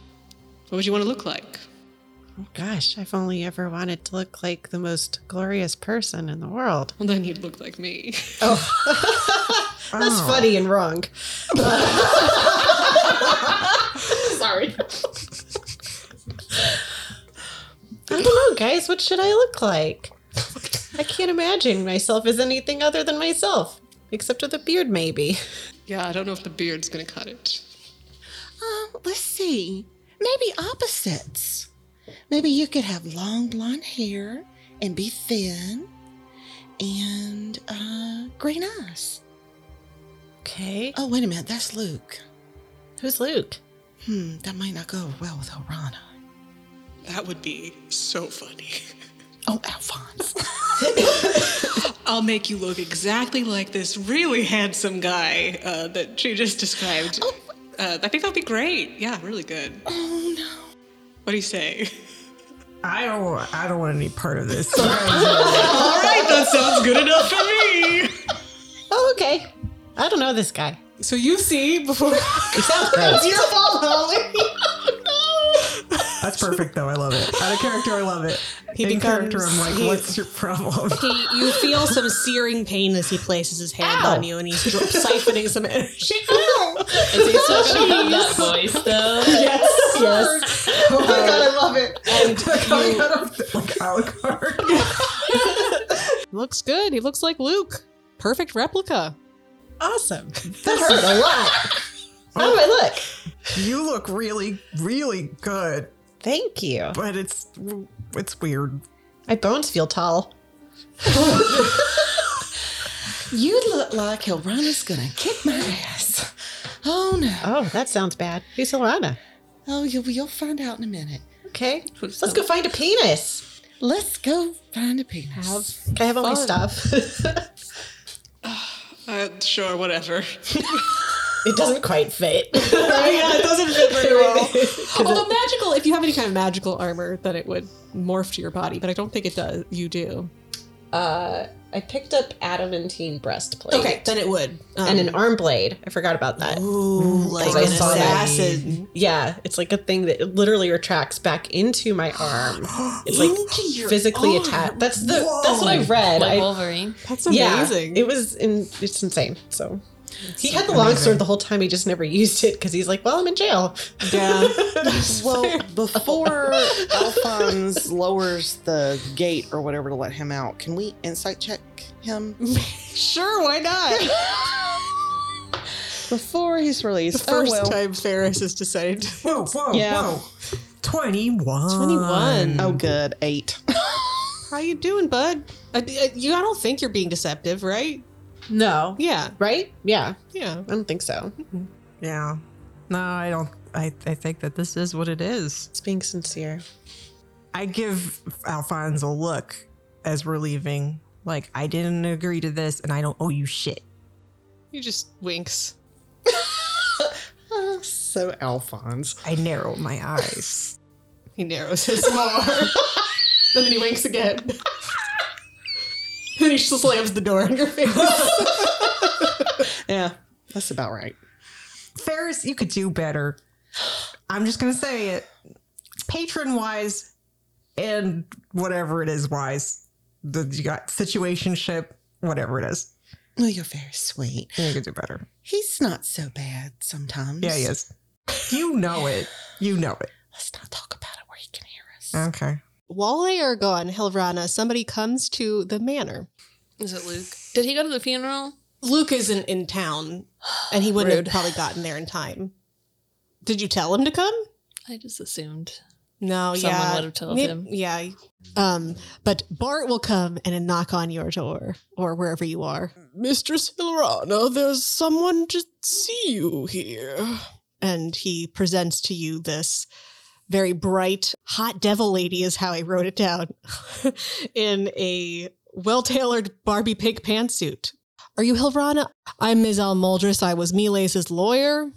What would you want to look like?
Oh gosh, I've only ever wanted to look like the most glorious person in the world.
Well, then you'd look like me.
That's
Oh.
funny and wrong. Sorry. I don't know, guys. What should I look like? I can't imagine myself as anything other than myself, except with a beard, maybe.
Yeah, I don't know if the beard's going to cut it.
Um, let's see. Maybe opposites. Maybe you could have long blonde hair and be thin and uh green eyes.
Okay.
Oh, wait a minute, that's Luke.
Who's Luke?
Hmm, that might not go well with Orana.
That would be so funny.
Oh, Alphonse.
I'll make you look exactly like this really handsome guy uh, that she just described. Uh, I think that'll be great. Yeah, really good.
oh no.
What do you say?
I don't. wa- I don't want any part of this.
All right, that sounds good enough for me.
Oh, okay. I don't know this guy.
So you see before
He sounds great.
your fault, Holly.
That's perfect, though. I love it. Out of character, I love it.
He
In
becomes-
character, I'm like,
he-
what's your problem?
He, you feel some searing pain as he places his hand on you and he's dro- siphoning some energy.
Is he still gonna have that voice though?
yes,
Yes.
Oh my god, I love it.
Coming out of like Alucard.
Looks good. He looks like Luke. Perfect replica.
Awesome. That hurt a lot. How do I look?
You look really, really good,
Thank you.
but it's it's weird.
My bones feel tall.
You look like Hilrana's gonna kick my ass. Oh no.
Oh, that sounds bad. Who's Alana?
Oh, you'll, you'll find out in a minute.
Okay. Let's go find a penis.
Let's go find a penis.
Can I have all my stuff? it
Uh, sure, whatever.
doesn't quite fit.
yeah, it doesn't fit very well. Although magical, if you have any kind of magical armor, then it would morph to your body, but I don't think it does. You do.
Uh, I picked up adamantine breastplate.
then it would. Um,
And an arm blade. I forgot about that.
Ooh, like
I
an
saw that.
assassin.
Yeah, it's like a thing that it literally retracts back into my arm. It's like physically attached. That's the that's what I read.
Like
I,
Wolverine.
That's
yeah,
amazing.
it was in, it's insane. So he had the long sword the whole time. He just never used it because he's like, well, I'm in jail.
yeah.
Well, before
Oh.
Alphonse lowers the gate or whatever to let him out, can we insight check him
sure, why not?
before he's
The
released?
first
oh, well.
time Ferris has decided.
Whoa, whoa,
Yeah.
whoa. 21.
21.
Oh, good. Eight.
How you doing, bud? I, I, Uh, you, I don't think you're being deceptive, right?
No.
Yeah,
Right? Yeah,
yeah.
I don't think so.
Yeah. No, I don't. I, I think that this is what it is.
It's being sincere.
I give Alphonse a look as we're leaving. Like, I didn't agree to this and I don't owe you shit.
He just winks.
so Alphonse.
I narrow my eyes.
He narrows his more. and then he winks again. and he just slams the door on your face.
Yeah, that's about right.
Ferris, you could do better. I'm just going to say it. Patron wise and whatever it is wise. The, you got situationship, whatever it is.
Well, you're very sweet.
You could do better.
He's not so bad sometimes.
Yeah, he is. You know it. You know it.
Let's not talk about it where he can hear us.
Okay.
While they are gone, Helvrana, somebody comes to the manor.
Is it Luke? Did he go to the funeral?
Luke isn't in town, and he would have
Rude.
probably gotten there in time. Did you tell him to come?
I just assumed.
No,
Someone
yeah.
would have told
Mayb-
him.
Yeah. Um, but Bart will come and knock on your door or wherever you are. Mistress Hilrana, there's someone to see you here. And he presents to you this very bright, hot devil lady, is how I wrote it down, in a well tailored Barbie pig pantsuit. Are you Hilrana? I'm Ms. Almuldris. I was Miles' lawyer.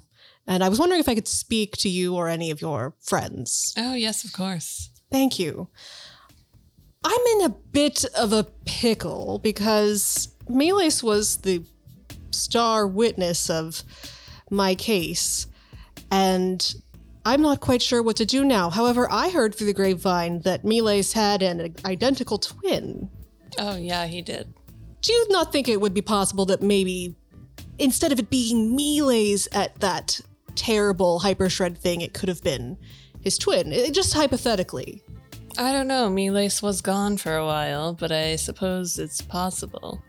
And I was wondering if I could speak to you or any of your friends.
Oh yes, of course.
Thank you. I'm in a bit of a pickle because Melis was the star witness of my case, and I'm not quite sure what to do now. However, I heard through the grapevine that Melis had an identical twin.
Oh yeah, he did.
Do you not think it would be possible that maybe instead of it being Melee's at that terrible hyper shred thing, it could have been his twin? It- just hypothetically.
I don't know. Milace was gone for a while, but I suppose it's possible.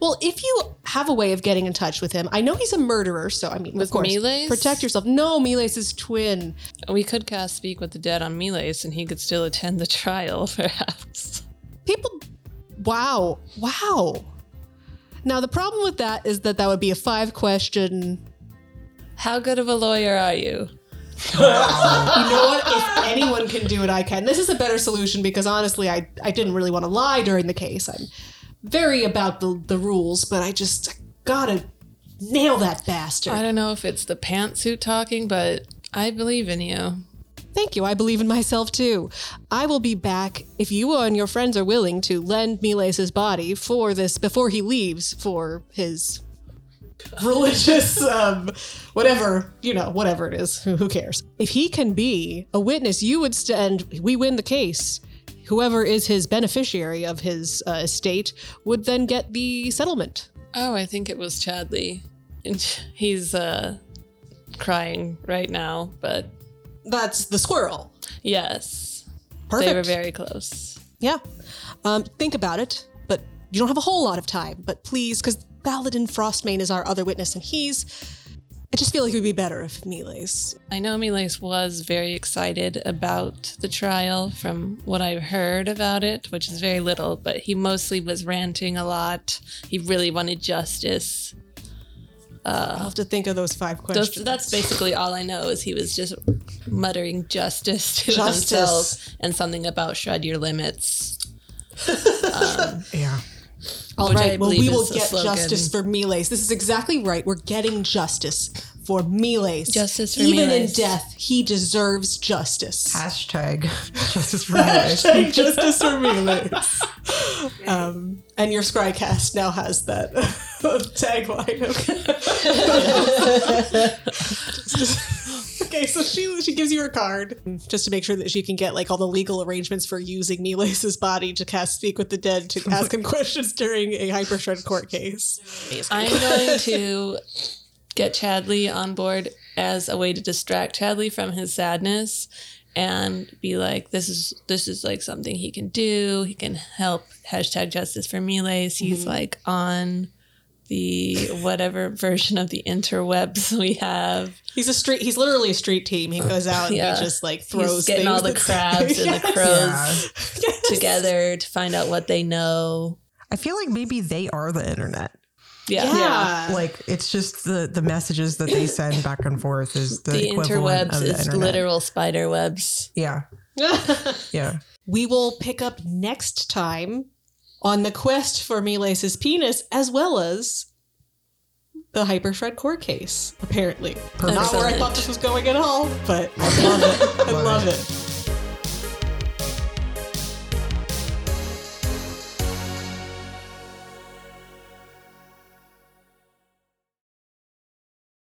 Well, if you have a way of getting in touch with him, I know he's a murderer, so I mean,
With
of course,
Miles?
protect yourself. No, Miles' twin.
We could cast Speak with the Dead on Milace, and he could still attend the trial, perhaps.
People, wow, wow. Now the problem with that is that that would be a five question.
How good of a lawyer are you?
You know what? If anyone can do it, I can. This is a better solution because honestly, I I didn't really want to lie during the case. I'm very about the the rules, but I just gotta nail that bastard.
I don't know if it's the pantsuit talking, but I believe in you.
Thank you. I believe in myself too. I will be back if you and your friends are willing to lend Miles' body for this before he leaves for his religious um whatever you know whatever it is who who cares if he can be a witness you would stand we win the case whoever is his beneficiary of his uh, estate would then get the settlement
Oh, I think it was Chadley. And he's uh crying right now, but
that's the squirrel
yes.
perfect
They were very close.
yeah um think about it but you don't have a whole lot of time but please because Baladin Frostmane is our other witness and he's I just feel like it would be better if Melee's
I know Miles was very excited about the trial from what I heard about it, which is very little, but he mostly was ranting a lot. He really wanted justice.
I'll have to think of those five questions
Those, that's basically all I know is he was just muttering justice to
Justice.
himself and something about shred your limits. Um,
Yeah.
All
which I
right. Well, we
believe
will
is the
get
slogan.
justice for Miles. This is exactly right. We're getting justice for Miles.
Justice for
Even
Miles.
in death, he deserves justice.
Hashtag justice for Miles.
justice for Miles. um, and your Scrycast now has that tagline. of- okay, so she she gives you her card just to make sure that she can get like all the legal arrangements for using Miles' body to cast Speak with the Dead to ask him questions during a hypershred court case.
I'm going to get Chadley on board as a way to distract Chadley from his sadness and be like, this is this is like something he can do. He can help hashtag justice for Miles. He's
Mm-hmm.
like on the whatever version of the interwebs we have.
He's a street. He's literally a street team. He goes out and
Yeah.
he just like
He's
throws
getting
things
all the
at-
crabs and the
Yes.
crows
Yeah.
together to find out what they know.
I feel like maybe they are the internet.
Yeah. Uh,
Yeah.
Like it's just the the messages that they send back and forth is the,
The
equivalent
interwebs
of the
is
internet.
literal spider webs.
Yeah. yeah.
We will pick up next time on the quest for Miles' penis, as well as the Hyper Shred court case, apparently. Not where I
Excellent.
thought this was going at all, but I love it. I love it.